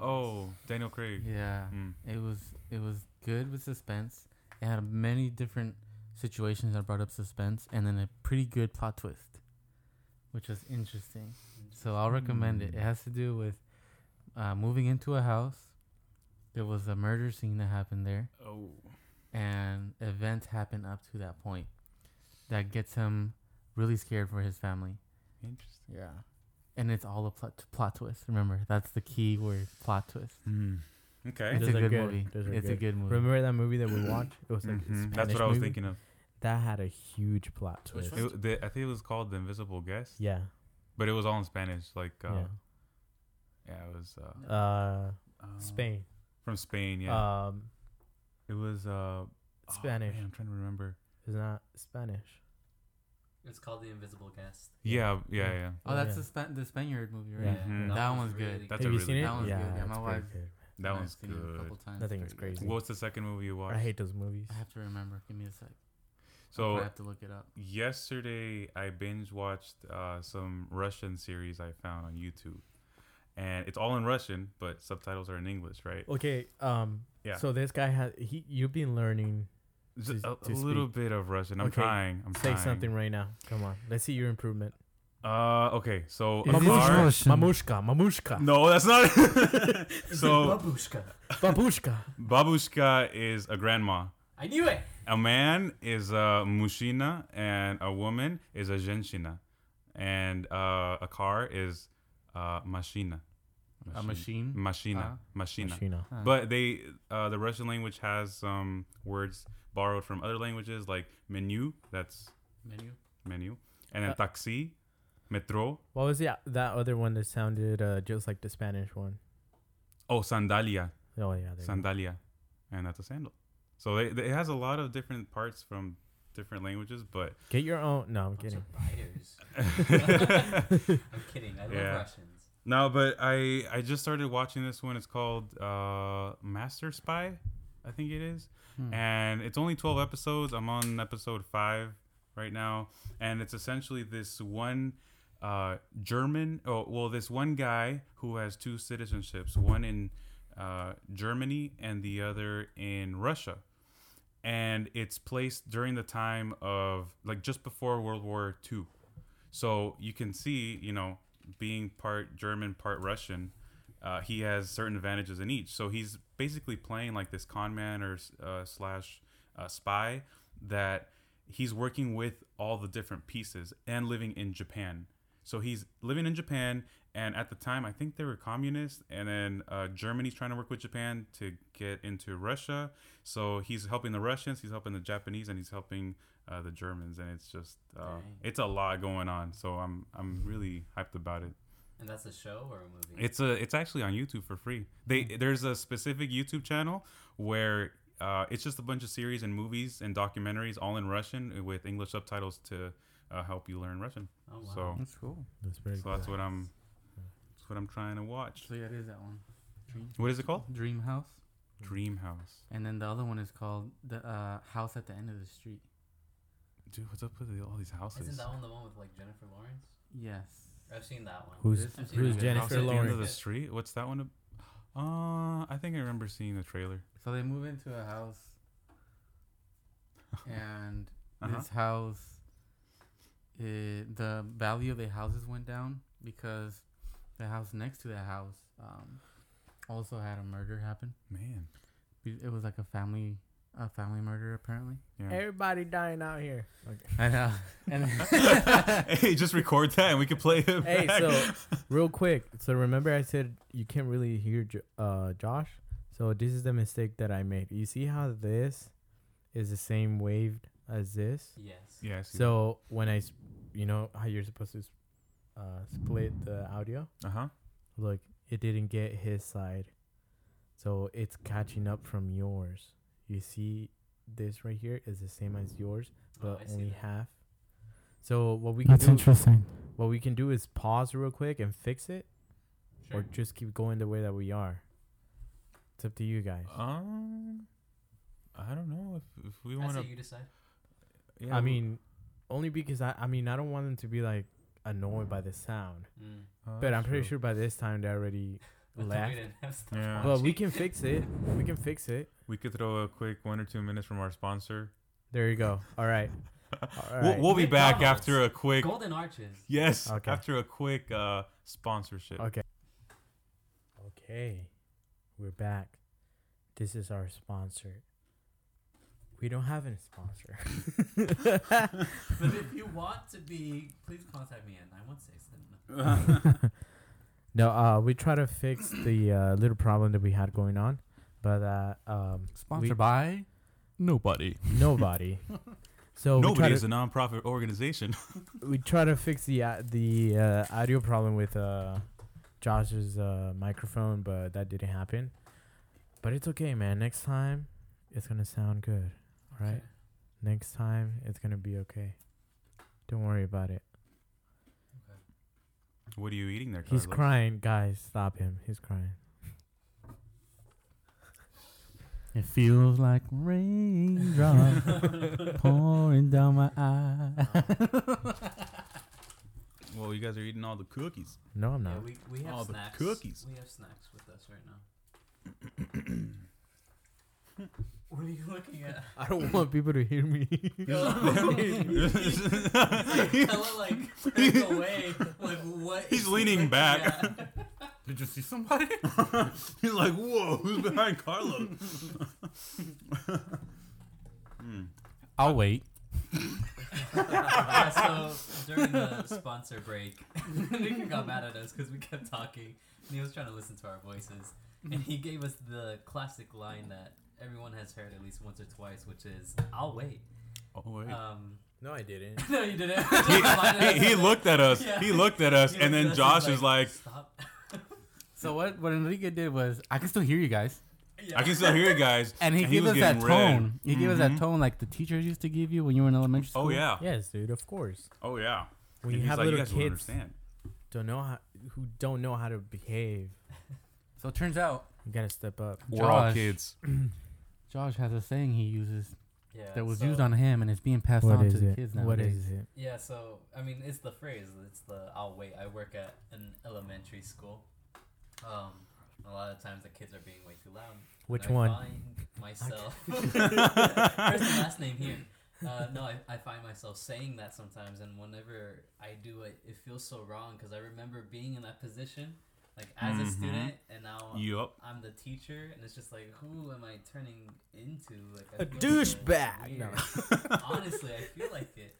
Oh, Daniel Craig.
Yeah,
Hmm.
it was it was good with suspense. It had many different situations that brought up suspense, and then a pretty good plot twist, which was interesting. So I'll recommend it. It has to do with uh, moving into a house. There was a murder scene that happened there,
Oh.
and events happened up to that point that gets him really scared for his family.
Interesting.
Yeah. And it's all a plot, plot twist. Remember, that's the key word plot twist.
Hmm. Okay.
It's
Those
a
are
good,
good.
movie.
Those are
It's a
good.
good movie.
Remember that movie that we watched? It was like a
Mhm. That's
Spanish
what I was
movie?
thinking of.
That had a huge plot
Which
twist.
one?
It, the, I think it was called The Invisible Guest,
Yeah.
but it was all in Spanish. Like, uh, yeah. it was uh,
yeah. Uh,
uh,
Spain.
from Spain. Yeah,
Um,
it was uh, oh,
Spanish.
man, I'm trying to remember.
it's not Spanish.
It's called The Invisible Guest.
Yeah, yeah, yeah.
Oh,
Oh,
that's
yeah.
the Span- the Spaniard movie, right?
Yeah.
Mhm.
That
one's
one's good.
That's
Have
a
you
really
seen
good
it?
That one's
yeah,
good. Yeah,
it's
my
pretty
wife-
good.
That
I've
one's
seen it a
good.
couple times.
That thing
It's pretty
was
good.
crazy.
What's the second movie you watched?
I hate those movies.
I have to remember. Give me a sec.
so
I have to look it up.
yesterday I binge watched uh, some Russian series I found on YouTube, and it's all in Russian, but subtitles are in English, right?
Okay. Um.
Yeah.
So this guy has he. You've been learning.
Just
to-
a,
to
a little bit of Russian. I'm
Okay,
trying. I'm
Say
trying.
something right now. Come on. Let's see your improvement.
Uh, okay. So
Is
a
this
car.
Russian?
Mamushka. Mamushka.
No, that's not. so
Babushka.
Babushka.
babushka is a grandma.
I knew it.
A man is a mushina, and a woman is a zhenshina, and uh, a car is uh, mashina.
A machine.
Mashina.
Uh,
mashina.
Machina.
Uh,
But they, uh, the Russian language has some words borrowed from other languages, like menu. That's
menu.
menu, and then
Uh,
taxi, metro.
What was the uh, that other one that sounded uh, just like the Spanish one?
Oh, sandalia,
Oh yeah. There you go.
sandalia, and that's a sandal. So they, they- it has a lot of different parts from different languages, but
Get your own. No, I'm
Bunch
kidding.
of writers. I'm kidding. I love
Yeah.
Russians.
No, but I I just started watching this one. It's called uh, Master Spy, I think it is,
Hmm.
and it's only twelve episodes. I'm on episode five right now, and it's essentially this one uh, German. Oh, well, this one guy who has two citizenships, one in uh, Germany and the other in Russia, and it's placed during the time of like just before World War II. So you can see, you know, being part German, part Russian, uh, he has certain advantages in each. So he's basically playing like this con man or uh, slash uh, spy that he's working with all the different pieces and living in Japan. So he's living in Japan, and at the time, I think they were communists, and then uh, Germany's trying to work with Japan to get into Russia. So he's helping the Russians, he's helping the Japanese, and he's helping uh, the Germans, and it's just uh,
Dang.
it's a lot going on. So I'm I'm really hyped about it.
And that's a show or a movie?
It's a it's actually on YouTube for free. They
Hmm.
there's a specific YouTube channel where uh, it's just a bunch of series and movies and documentaries all in Russian with English subtitles to uh, help you learn Russian.
oh, wow.
so-
That's cool.
That's pretty
so
cool.
that's what I'm that's what I'm trying to watch.
So yeah, it is that one. Dream,
What is it called?
Dream House.
Dream House.
And then the other one is called the uh, House at the End of the Street.
Dude, what's up with all these houses?
Isn't that one the one with like Jennifer Lawrence?
Yes.
I've seen that one.
Who's
This is
who's
good.
House
Jennifer
at the end of
Lawrence?
the street? What's that one? ab- Uh, I think I remember seeing the trailer.
So they move into a house, and
Uh-huh.
this house, it, the value of the houses went down because the house next to that house um, also had a murder happen.
Man,
Be- It was like a family, a family murder apparently.
yeah.
Everybody dying out here. Okay.
I know. And
hey, just record that and we can play it.
hey,
back.
so real quick. So remember, I said you can't really hear Jo- uh, Josh. So this is the mistake that I made. You see how this is the same wave as this.
Yes.
yeah, I see
So when I, s- you know how you're supposed to s- uh, split the audio.
that. uh-huh.
Look, it didn't get his side, so it's catching up from yours. You see, this right here is the same as yours,
Oh,
but
I see
only
that.
half. So what we can do,
interesting.
what we can do is pause real quick and fix it, or
Sure.
just keep going the way that we are. It's up to you guys.
Um, I don't know if, if we
I
want
say
to.
you decide.
Yeah,
I
we-
mean, only because I, I mean, I don't want them to be like annoyed by the sound,
Mm.
uh,
but I'm
that's
pretty
true.
sure
Oh,
by this time they already
But then
left.
We didn't have stuff
Yeah.
But
watching.
we can fix it. We can fix it.
we could throw a quick one or two minutes from our sponsor.
There you go. All right. All
We'll,
right.
we'll be back
McDonald's.
after a quick.
Golden Arches.
Yes,
Okay.
after a quick uh, sponsorship.
Okay. Okay, we're back. This is our sponsor. We don't have a sponsor.
but if you want to be, please contact me at 916.
no, uh, we try to fix the uh, little problem that we had going on, but uh, um,
Sponsored
We-
by nobody.
nobody. So we try
Nobody
to-
is a nonprofit organization.
we try to fix the uh, the uh, audio problem with uh, Josh's uh, microphone, but that didn't happen. But it's okay, man. Next time, it's gonna sound good. All right. Next time, it's gonna be okay. Don't worry about it.
What are you eating there?
He's
Carlos?
crying, guys. Stop him. He's crying.
It feels like raindrops pouring down my eye.
Well, you guys are eating all the cookies.
No, I'm
Yeah,
not.
we, we have
All the
snacks.
cookies.
We have snacks with us right now. what are you looking at?
I don't want people to hear me.
Hella like back away. Like what?
He's
is he
leaning
looking
back.
at?
Did you see somebody?
He's like, whoa, who's behind Carlos? Hmm.
I'll wait.
yeah, so during the sponsor break, Nick got mad at us because we kept talking. And he was trying to listen to our voices, and he gave us the classic line that everyone has heard at least once or twice, which is "I'll wait."
Oh, wait.
Um,
no, I didn't.
no, you didn't.
he, he, he looked at us. He looked at us, and then Josh is like,
"Stop."
So what? What Enrique did was, I can still hear you guys,
I can still hear you guys.
and he gave
was
us that
getting red. Mm-hmm.
tone. He gave us that tone like the teachers used to give you when you were in elementary school.
Oh yeah.
Yes, dude. Of course.
Oh yeah.
When
And
you
he's
have
like,
little
guys don't
kids
understand.
don't know how, who don't know how to behave,
So it turns out
you gotta step up.
We're all
Josh.
kids.
Josh has a saying he uses
Yeah,
that was
so-
used on him, and it's being passed
What
on to
is
the
it?
kids now.
What is it?
Yeah, so I mean, it's the phrase. It's the "I'll wait." I work at an elementary school. Um, a lot of times the kids are being way too loud.
Which
And I
one?
Find myself. Where's the last name here? Uh, no, I, I find myself saying that sometimes, and whenever I do it, it feels so wrong because I remember being in that position, like as a
Mhm.
student, and now
Yup.
I'm the teacher, and it's just like, who am I turning into? Like
A
I feel
douchebag.
weird. Honestly, I feel like it.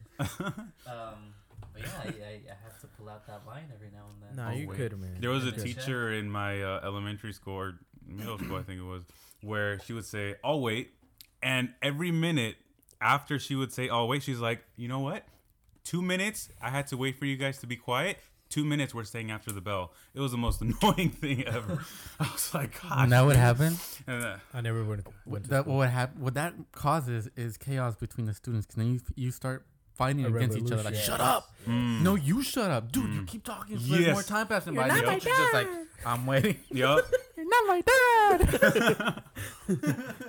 Um, but yeah, I, I, I have to pull out that line every now and then.
Nah,
Oh,
you
wait.
could, man.
There was a
Okay.
teacher in my uh, elementary school or middle school, I think it was, where she would say, "I'll wait," and every minute after she would say, "I'll wait," she's like, "You know what? Two minutes. I had to wait for you guys to be quiet." Two minutes we're staying after the bell. It was the most annoying thing ever. I was like, gosh.
And that would happen.
And, uh,
I never went. went to
That
school.
what hap- What that causes is chaos between the students. Cause then you you start fighting
A
against each other. Like,
revolution.
shut up!
mm,
No, you shut up, dude. You keep talking. So there's
Yes.
more time passing
You're
by.
not
The
my
teacher's just like, I'm waiting.
Yup.
You're not my dad.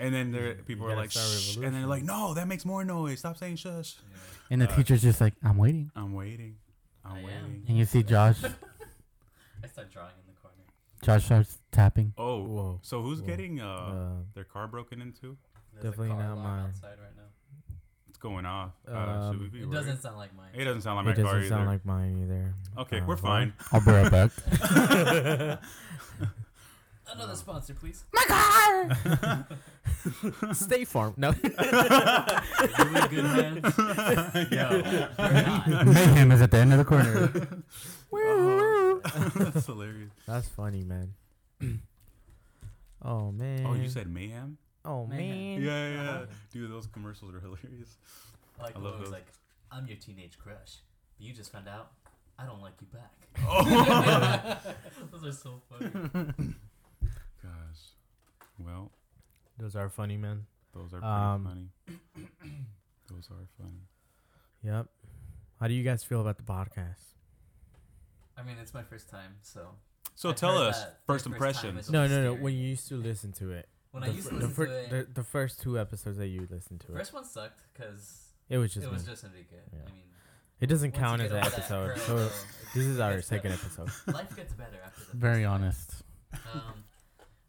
And then there, people
You
are
gotta
like,
start
shh.
a
And they're like, no, that makes more noise. Stop saying shush.
And the teacher's just like, I'm waiting.
I'm waiting. I'm
I am.
waiting.
And you see Josh.
I start drawing in the corner.
Josh starts tapping.
Oh,
Whoa.
so who's
Whoa.
getting uh,
Uh,
their car broken into?
There's
Definitely
a car
not
alarm
mine.
Outside right now.
It's going off. Uh, should we
Um,
be
It
worried?
doesn't sound like mine.
It doesn't sound like my
it
car
doesn't
either.
sound like mine either.
okay,
Uh,
we're fine.
I'll be right back.
Another sponsor, please.
Stay farm. No.
Are you in good hands?
yeah,
You're not.
Mayhem is at the end of the corner.
Uh-huh. that's hilarious.
That's funny, man. oh man.
Oh, you said mayhem?
Oh man.
Mayhem.
Yeah, yeah, yeah.
Uh-huh.
Dude, those commercials are hilarious.
I like
I
I
love
love
those.
Like, I'm your teenage crush, but you just found out I don't like you back.
Oh
Those are so funny.
gosh. Well,
Those are funny, man.
those are
Um,
pretty funny. Those are funny.
Yep. How do you guys feel about the podcast?
I mean, it's my first time, so
So
I've
tell
heard
us
that
first
the first time
impressions.
is-
No,
It's
no, no.
scary.
When you used to listen to it,
when I
the,
used
fir-
to listen
the, fir-
to
the,
it,
the first two episodes that you listened to it,
first one sucked because
it was just
it was
me.
just Enrique.
Yeah.
I mean,
it doesn't
once you
count
get
as an
over that
episode.
hurdle,
So
it-
this is
it
our
gets
second
better.
episode.
Life gets better after the
Very
first time.
honest.
Um,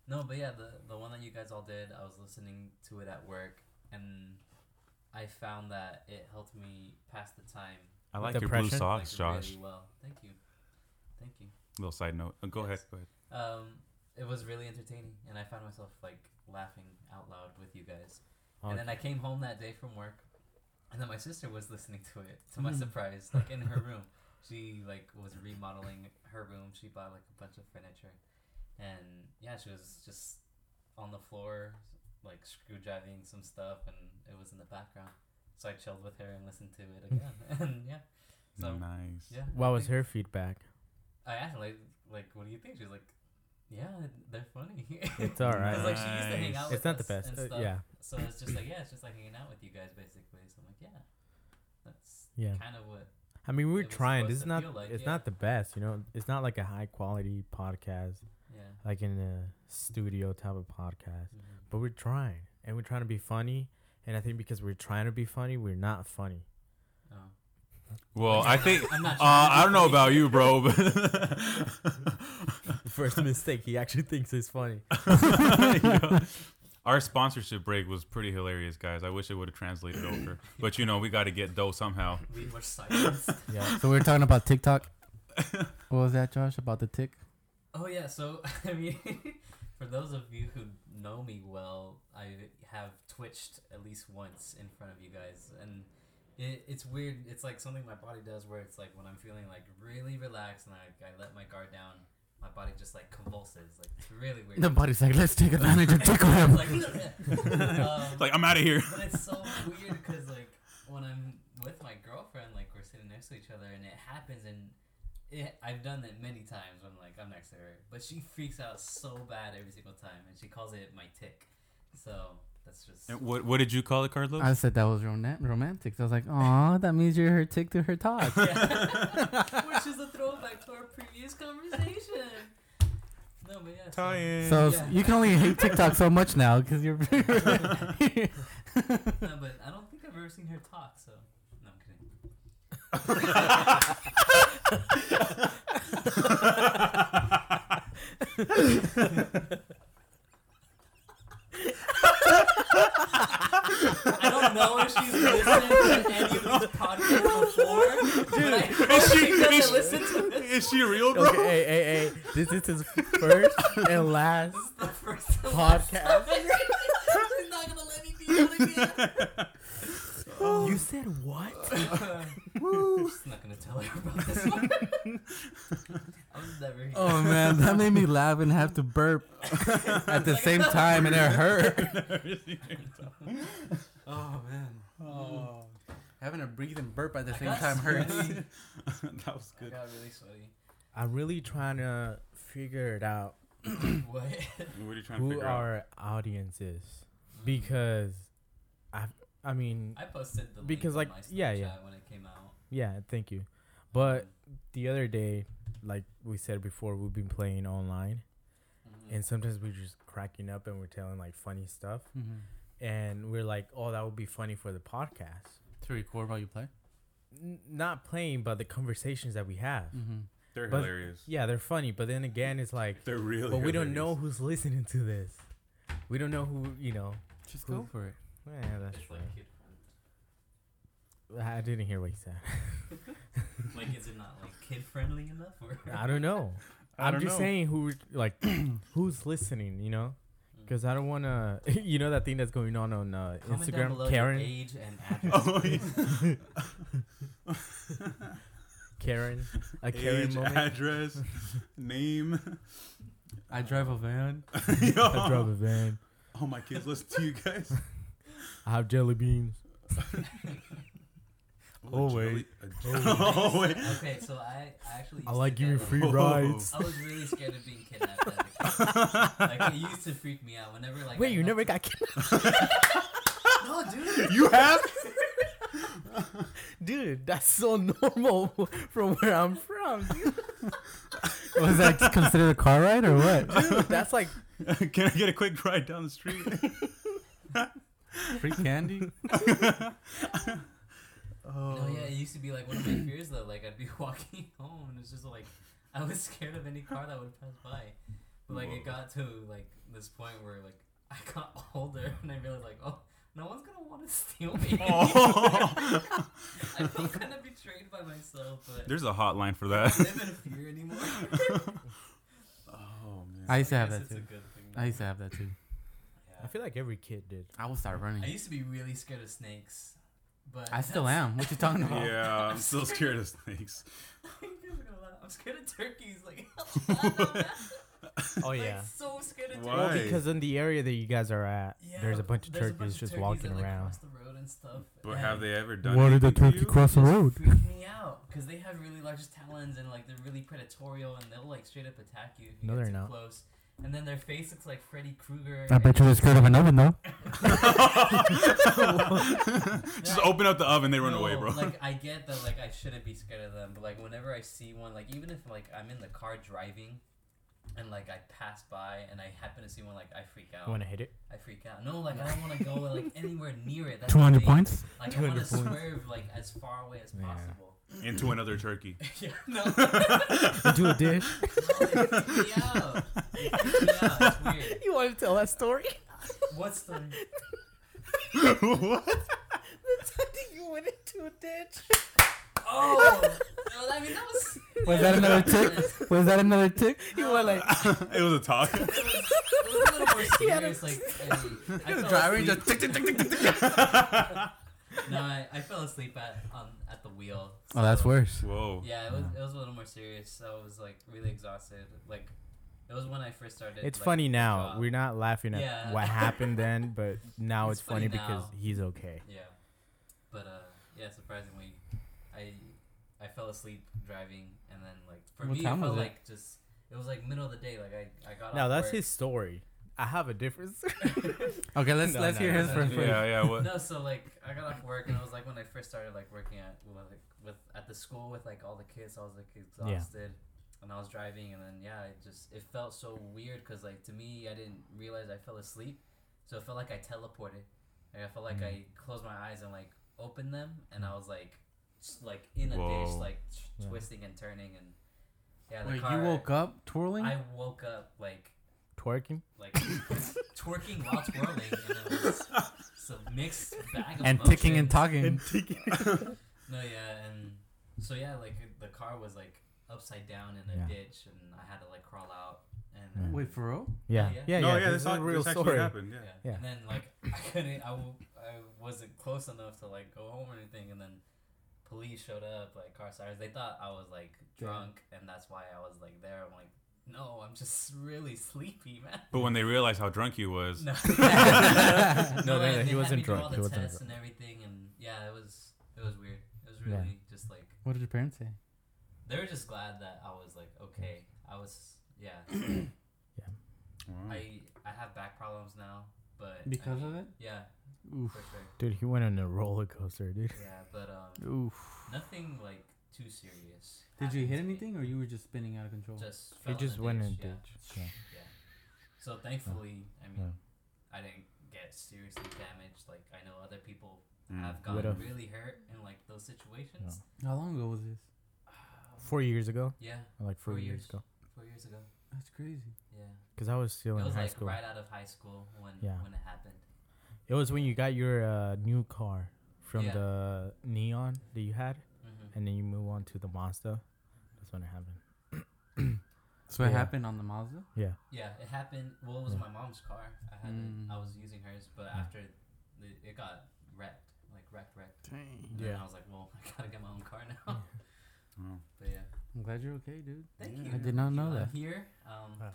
no, but yeah, the the one that you guys all did, I was listening to it at work, and I found that it helped me pass the time
I like
The
your blue
pressure?
like,
socks, Josh.
really well. Thank you, thank you.
Little side note. Uh, Go ahead.
Yes.
Go ahead.
Um, it was really entertaining, and I found myself like laughing out loud with you guys.
Okay.
And then I came home that day from work, and then my sister was listening to it. To
Hmm.
my surprise, like in her room, she like was remodeling her room. She bought like a bunch of furniture, and yeah, she was just on the floor, like screwdriving some stuff, and it was in the background. So I chilled with her and listened to it again, and yeah, So-
nice.
yeah.
What
I
was
think-
her feedback?
I asked her like, like, what do you think? She was like, yeah, they're funny.
It's all right.
Because, like she used to hang
Nice.
out with
It's not the
us
best.
and
Uh,
stuff.
yeah.
So it's just like yeah, it's just like hanging out with you guys basically. So I'm like, yeah, that's
Yeah.
kind of what
I mean, we were
it was
trying.
supposed
This is
to
not.
feel like,
it's
yeah.
not the best, you know. It's not like a high quality podcast,
yeah.
like in a studio type of podcast.
Mhm.
But we're trying, and we're trying to be funny. And I think because we're trying to be funny, we're not funny.
Oh.
Well, I think
I'm
uh,
not trying to be
I don't know
funny.
about you, bro, but
First mistake. He actually thinks it's funny.
Yeah. our sponsorship break was pretty hilarious, guys. I wish it would have translated over, but you know we got to get dough somehow.
We were silenced.
Yeah.
So we were talking about TikTok. what was that, Josh? About the tick?
oh yeah, so I mean, for those of you who know me well, I have twitched at least once in front of you guys, and it, it's weird. It's like something my body does where it's like when I'm feeling like really relaxed and I, I let my guard down, my body just like convulses. Like it's really weird.
Nobody's like, let's take advantage and tickle
It's
him.
like, um,
It's like I'm out of here.
but it's so weird because like when I'm with my girlfriend, like we're sitting next to each other, and it happens, and it, I've done that many times. When like I'm next to her, but she freaks out so bad every single time, and she calls it my tick. So that's just
And What what did you call it, Carlos?
I said that was rom- romantic. So I was like, aw, that means you're her tick to her talk.
Yeah. which is a throwback to our previous conversation. No, but yeah. so-
Tie-in.
So
Yeah.
you can only hate TikTok so much now because you're.
no, but I don't think I've ever seen her talk. So no, I'm kidding. I don't know if she's listened to any of these podcasts before, but I hope
is she-
she, doesn't
is she-
listen to this.
Is she real, bro?
Okay, hey, hey, hey. This is his first and last
This is the first and last
podcast.
time. She's not gonna let me be it again.
You said what?
She's not gonna tell her about this one. I was never here.
oh man, that made me laugh and have to burp at the same time, and it hurt. Oh man,
Oh.
having to breathe and burp at the
I
same
got Mm-hmm.
time hurts.
sweaty.
that was
I
good.
got really sweaty.
I'm really trying to figure it out
what?
What are you trying to
who
figure out?
our audience is because I I mean
I posted the
Because,
link
like,
on my
yeah,
Snapchat
yeah.
when it came out.
yeah, thank you. But the other day, like we said before, we've been playing online
Mm-hmm.
Mhm.
and sometimes we're just cracking up and we're telling like funny stuff
Mhm.
and we're like, "Oh, that would be funny for the podcast."
To record while you play.
N- not playing, but the conversations that we have.
Mm.
Mm-hmm.
They're
But-
hilarious.
Yeah, they're funny, but then again, it's like
They're really.
but we don't
hilarious.
know who's listening to this. We don't know who, you know.
Just
Cool.
go for it.
Yeah, that's
It's
true.
like kid friendly.
I didn't hear what he said.
Like, is it not like kid friendly enough? Or
I don't know.
I
I'm
don't
just
know.
saying who like who's listening, you know? Because I don't want to, you know, that thing that's going on on uh,
Hmm. Comment down below
Instagram,
your
Karen,
age and address.
Oh, yeah.
Karen, a Karen
Age,
moment.
address, name.
I drive a van.
I drove a van.
Oh my kids, listen to you guys.
I have jelly beans.
Always.
wait.
Oh wait.
okay, so I, I actually.
I
used
like
to
giving
get-
free
Whoa.
rides.
I was really scared of being kidnapped. As a kid. Like it used to freak me out whenever like.
Wait,
I
you
had
never
to-
got kidnapped,
No, dude.
You have?
dude? That's so normal from where I'm from. Dude.
Was that considered a car ride or what?
That's like
Can I get a quick ride down the street?
Free candy?
No, yeah, it used to be like one of my fears though. Like I'd be walking home and it's just like I was scared of any car that would pass by. But like
Whoa.
it got to like this point where like I got older and I realized like oh no one's gonna want to steal me.
Oh.
I feel kind of betrayed by myself, but
There's a hotline for
I
that.
don't live in fear anymore.
Oh man.
I used to have
guess
that
it's a
too.
good thing.
I used to have that too.
Yeah.
I feel like every kid did.
I will start
I
running.
used to be really scared of snakes, but
I still
that's-
am. What you talking about?
Yeah, I'm still scared of snakes.
You guys are gonna laugh. I'm scared of turkeys. Like, I'm like,
Oh yeah.
so scared of
Why?
Well,
Hey.
turkeys.
because in the area that you guys are at,
Yeah,
there's a bunch of
there's
turkeys
a bunch of
just
turkeys
walking
that, like,
around.
cross the road and stuff.
But have
and
they ever done?
Why did the
anything to
turkey
you?
cross the road?
Freak me out because they have really large talons and like they're really predatorial and they'll like straight up attack you if you
No,
get
they're
too
not.
close. and then their face looks like Freddy Krueger.
I bet you
and-
it's good of an oven though.
Just open up the oven, they run
No,
away, bro.
Like I get that, like I shouldn't be scared of them, but like whenever I see one, like even if like I'm in the car driving, and like I pass by and I happen to see one, like I freak out.
You want to hit it?
I freak out. No, like I don't want to go like anywhere near it. That's
Two
the
hundred
thing.
points.
Like I want to
200 points.
swerve like as far away as
Yeah.
possible.
Into another turkey.
Yeah, no. no,
Do a dish.
it freaked me out. It freaked me out. It's weird.
You want to tell that story?
What's the?
what?
the time that you went into a ditch.
Oh, no, I mean that was.
Was that another tick? Was that another tick?
You were like,
it was a talk.
It was, it was a little more
He had a-
serious. Like I, I fell asleep. No, I, I fell asleep at on at the wheel.
Oh, that's
so-
worse.
Whoa.
Yeah, it was it was a little more serious. So I was like really exhausted. Like it was when I first started.
It's
like,
funny
the
now.
job.
We're not laughing at
Yeah.
what happened then, but now
It's
it's, funny,
funny
because
now.
he's okay.
Yeah, but uh, yeah, surprisingly, I I fell asleep driving, and then like for
What
me, it
time
felt
was it?
like just it was like middle of the day. Like I I got
Now
off
that's
work.
his story. I have a difference.
Okay, let's
No,
let's
no,
hear
no,
his
no,
first.
no.
one.
Yeah, yeah. What?
no, so like I got off work and it was like when I first started like working at well, like with at the school with like all the kids, I was like exhausted, and I was driving, and then yeah, it just it felt so weird because like to me, I didn't realize I fell asleep, so it felt like I teleported, like I felt like I closed my eyes and like opened them, and I was like just, like in a dish,
Whoa.
like t-
Yeah.
twisting and turning, and yeah, the
Wait,
car.
you woke up twirling?
I woke up like
Twerking.
like twerking while twirling, and it was it's a mixed bag of
and ticking and
emotions.
talking.
No, yeah, and so yeah, like the car was like upside down in a
Yeah.
ditch, and I had to like crawl out. And then,
Wait, for real?
Yeah.
yeah.
Yeah.
no,
yeah.
Oh, yeah,
This
this,
is a
all,
real
this actually
story.
happened. Yeah.
yeah.
Yeah.
and then like I couldn't, I, w- I wasn't close enough to like go home or anything, and then police showed up, like car sirens. They thought I was like drunk, and that's why I was like there. I'm like, no, I'm just really sleepy, man.
But when they realized how drunk he was,
No,
No, no,
and
no,
they
he
had
wasn't
me do
drunk,
All the
he wasn't
tests and everything, and yeah, it was it was weird. It was
Yeah.
really just like
What did your parents say?
they were just glad that I was like okay. I was yeah.
Wow.
I I have back problems now, but I
Because
mean,
of it?
Yeah,
Oof.
for sure.
Dude, he went on a roller coaster, dude.
Yeah, but um,
Oof.
nothing like too serious.
Did you
happened
hit
to me.
anything or you were just spinning out of control?
Just
He
fell in
just
a
went in a
ditch,
ditch. Yeah.
Yeah. yeah. So thankfully, I mean, I didn't get seriously damaged. Like I know other people
Mm.
have gotten
Would've.
really hurt in like those situations.
How long ago was this?
Four years ago,
Yeah,
like four,
Four
years
years.
ago,
four years ago.
That's crazy.
Yeah,
because I was still
it
in
was
high
like
school.
right out of high school when
Yeah.
when it happened.
It was when you got your uh, new car from
Yeah.
the neon that you had,
hmm
and then you move on to the Mazda. That's when it happened.
So it
Yeah.
happened on the Mazda?
Yeah.
Yeah, it happened. Well, it was
Yeah.
my mom's car. I had
Mm.
it. I was using hers, but after the, it got wrecked, like wrecked, wrecked. And then
Yeah.
I was like, well, I gotta get my own car now.
Wow.
But yeah,
I'm glad you're okay, dude.
thank
Yeah.
you.
I did not know
I'm
that.
here. Um,
Wow.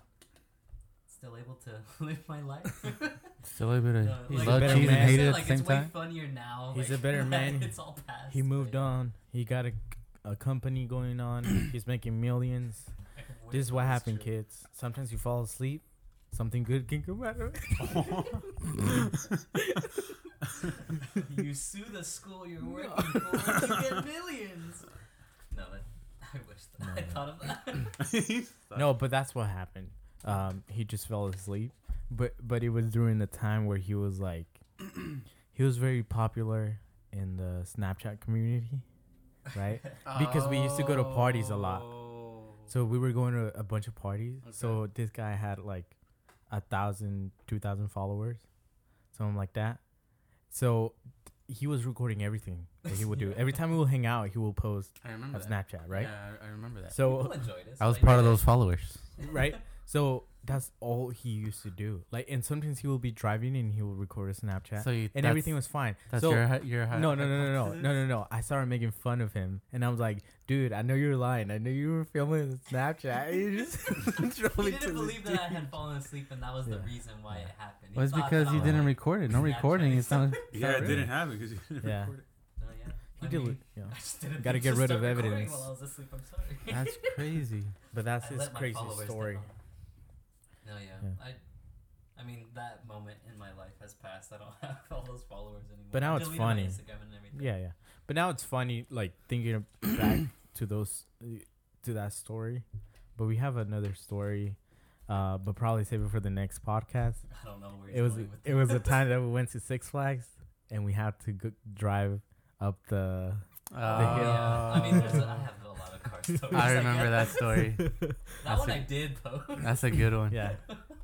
still able to live my life.
Still a bit of
No,
He's
love
a better
cheese
man.
and hate
said,
it at
like,
the same
it's way
time.
funnier now.
He's
like,
a better man.
It's all past.
He moved on. He got a, a company going on. He's making millions. This is what happened, kids. Sometimes you fall asleep. Something good can come out of it.
kid. you sue the school you're working for, you get millions. No, that, I wish that I
No.
thought of that.
No, but that's what happened. Um, he just fell asleep, but but it was during the time where he was like, he was very popular in the Snapchat community, right? Uh, Because we used to go to parties a lot. So we were going to a bunch of parties. So this guy had like a thousand, two thousand followers, something like that. So he was recording everything that he would do. Every time we would hang out, he will post
I remember
on Snapchat, right?
Yeah, I, I remember that.
So
People enjoyed it.
I
so
was
they
part of
did.
those followers.
right? So that's all he used to do. Like, and sometimes he will be driving and he will record a Snapchat,
So you,
and everything was fine.
That's
so
your hi- your hi-
no, no, no, no, no,
hypothesis?
no, no, no. I started making fun of him, and I was like, "Dude, I know you're lying. I know you were filming the Snapchat. and You just
He
drove into
didn't
the
believe that I had fallen asleep, and that was the
Yeah.
reason why it happened. He
Well, it's
thought
because
that
you
I was
didn't
like-
record it. No
Snapchat
recording.
or
It's not.
yeah,
Not
it
really.
didn't happen because you didn't
Yeah.
No,
record
Oh, yeah.
He
I
did,
mean,
yeah.
I just didn't
Gotta
think
get
to
rid
start
of
recording
evidence.
While I was asleep, I'm sorry.
That's crazy.
But that's
I
his
let my
crazy
followers
story.
down. No, yeah.
Yeah.
I, I mean, that moment in my life has passed. I don't have all those followers anymore.
But now
I
it's
deleted my
funny.
Instagram and everything.
Yeah, yeah. But now it's funny, like thinking back to those, to that story. But we have another story, uh, but probably save it for the next podcast.
I don't know where he's
It was
going with
it was a time that we went to Six Flags and we had to go- drive up the.
Oh, yeah. I mean, there's a, I
Oh.
have a lot of car stories.
I
guess.
remember that story.
That
That's
one
a-
I did post. Oh
That's a good one.
Yeah,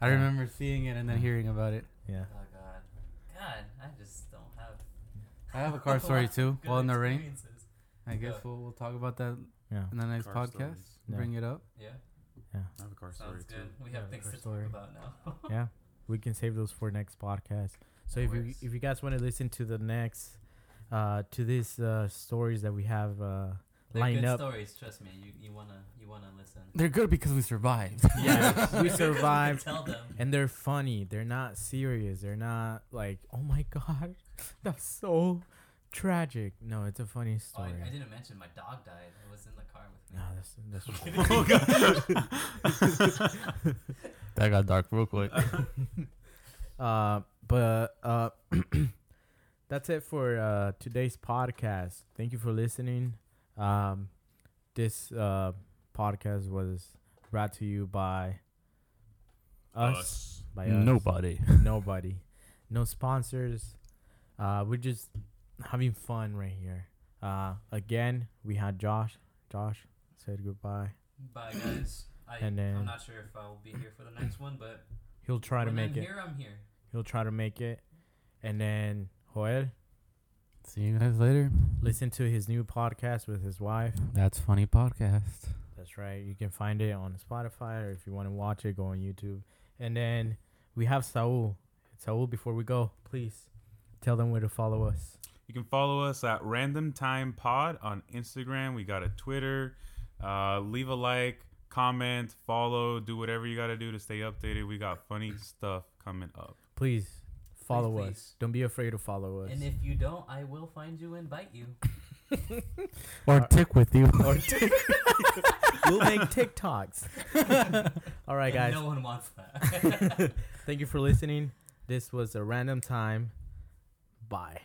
I remember seeing it and then hearing about it.
yeah.
Oh, god, God, I just don't have.
I have a car story too.
good
Well, in the rain.
experiences.
I guess
Yeah.
we'll, we'll talk about that
Yeah.
in the next
Car
podcast.
stories.
Yeah.
Bring it up.
Yeah,
I have a car
sounds
story
good.
too.
We
Yeah,
have
the
things
car
to
story.
talk about now.
Yeah, we can save those for next podcast. So
Of
if you
course.
if you guys want to listen to the next, uh, to these uh, stories that we have, uh,
They're
Line
good
up.
stories. Trust me, you you wanna you wanna listen.
They're good because we survived.
yeah, we
Because can
survived,
Tell them.
and they're funny. They're not serious. They're not like, oh my god, that's so tragic. No, it's a funny
Oh, I,
story.
I didn't mention my dog died. It was in the car with me.
no, that's that's.
that got dark real quick.
Uh, but uh, that's it for uh, today's podcast. Thank you for listening. Um, this uh, podcast was brought to you by us, by us. nobody, no sponsors. Uh, we're just having fun right here. Uh, again, we had Josh. Josh said goodbye.
Bye guys. I,
And then-
I'm not sure if I will be here for the next one, but
He'll try to
when
make
I'm
it.
here, I'm here.
He'll try to make it. And then Joel,
See you guys later.
listen to his new podcast with his wife.
That's funny podcast.
That's right. You can find it on Spotify or if you want to watch it, go on YouTube. And then we have Saul. Saul, before we go, please tell them where to follow us.
You can follow us at Random Time Pod on Instagram. We got a Twitter. Uh, leave a like, comment, follow, do whatever you got to do to stay updated. We got funny stuff coming up.
Please follow
Please,
us.
please.
Don't be afraid to follow us.
And if you don't, I will find you and bite you.
Or
Uh,
tick with you.
Or tick- we'll make TikToks. All right,
And
guys.
No one wants that.
Thank you for listening. This was a random time. Bye.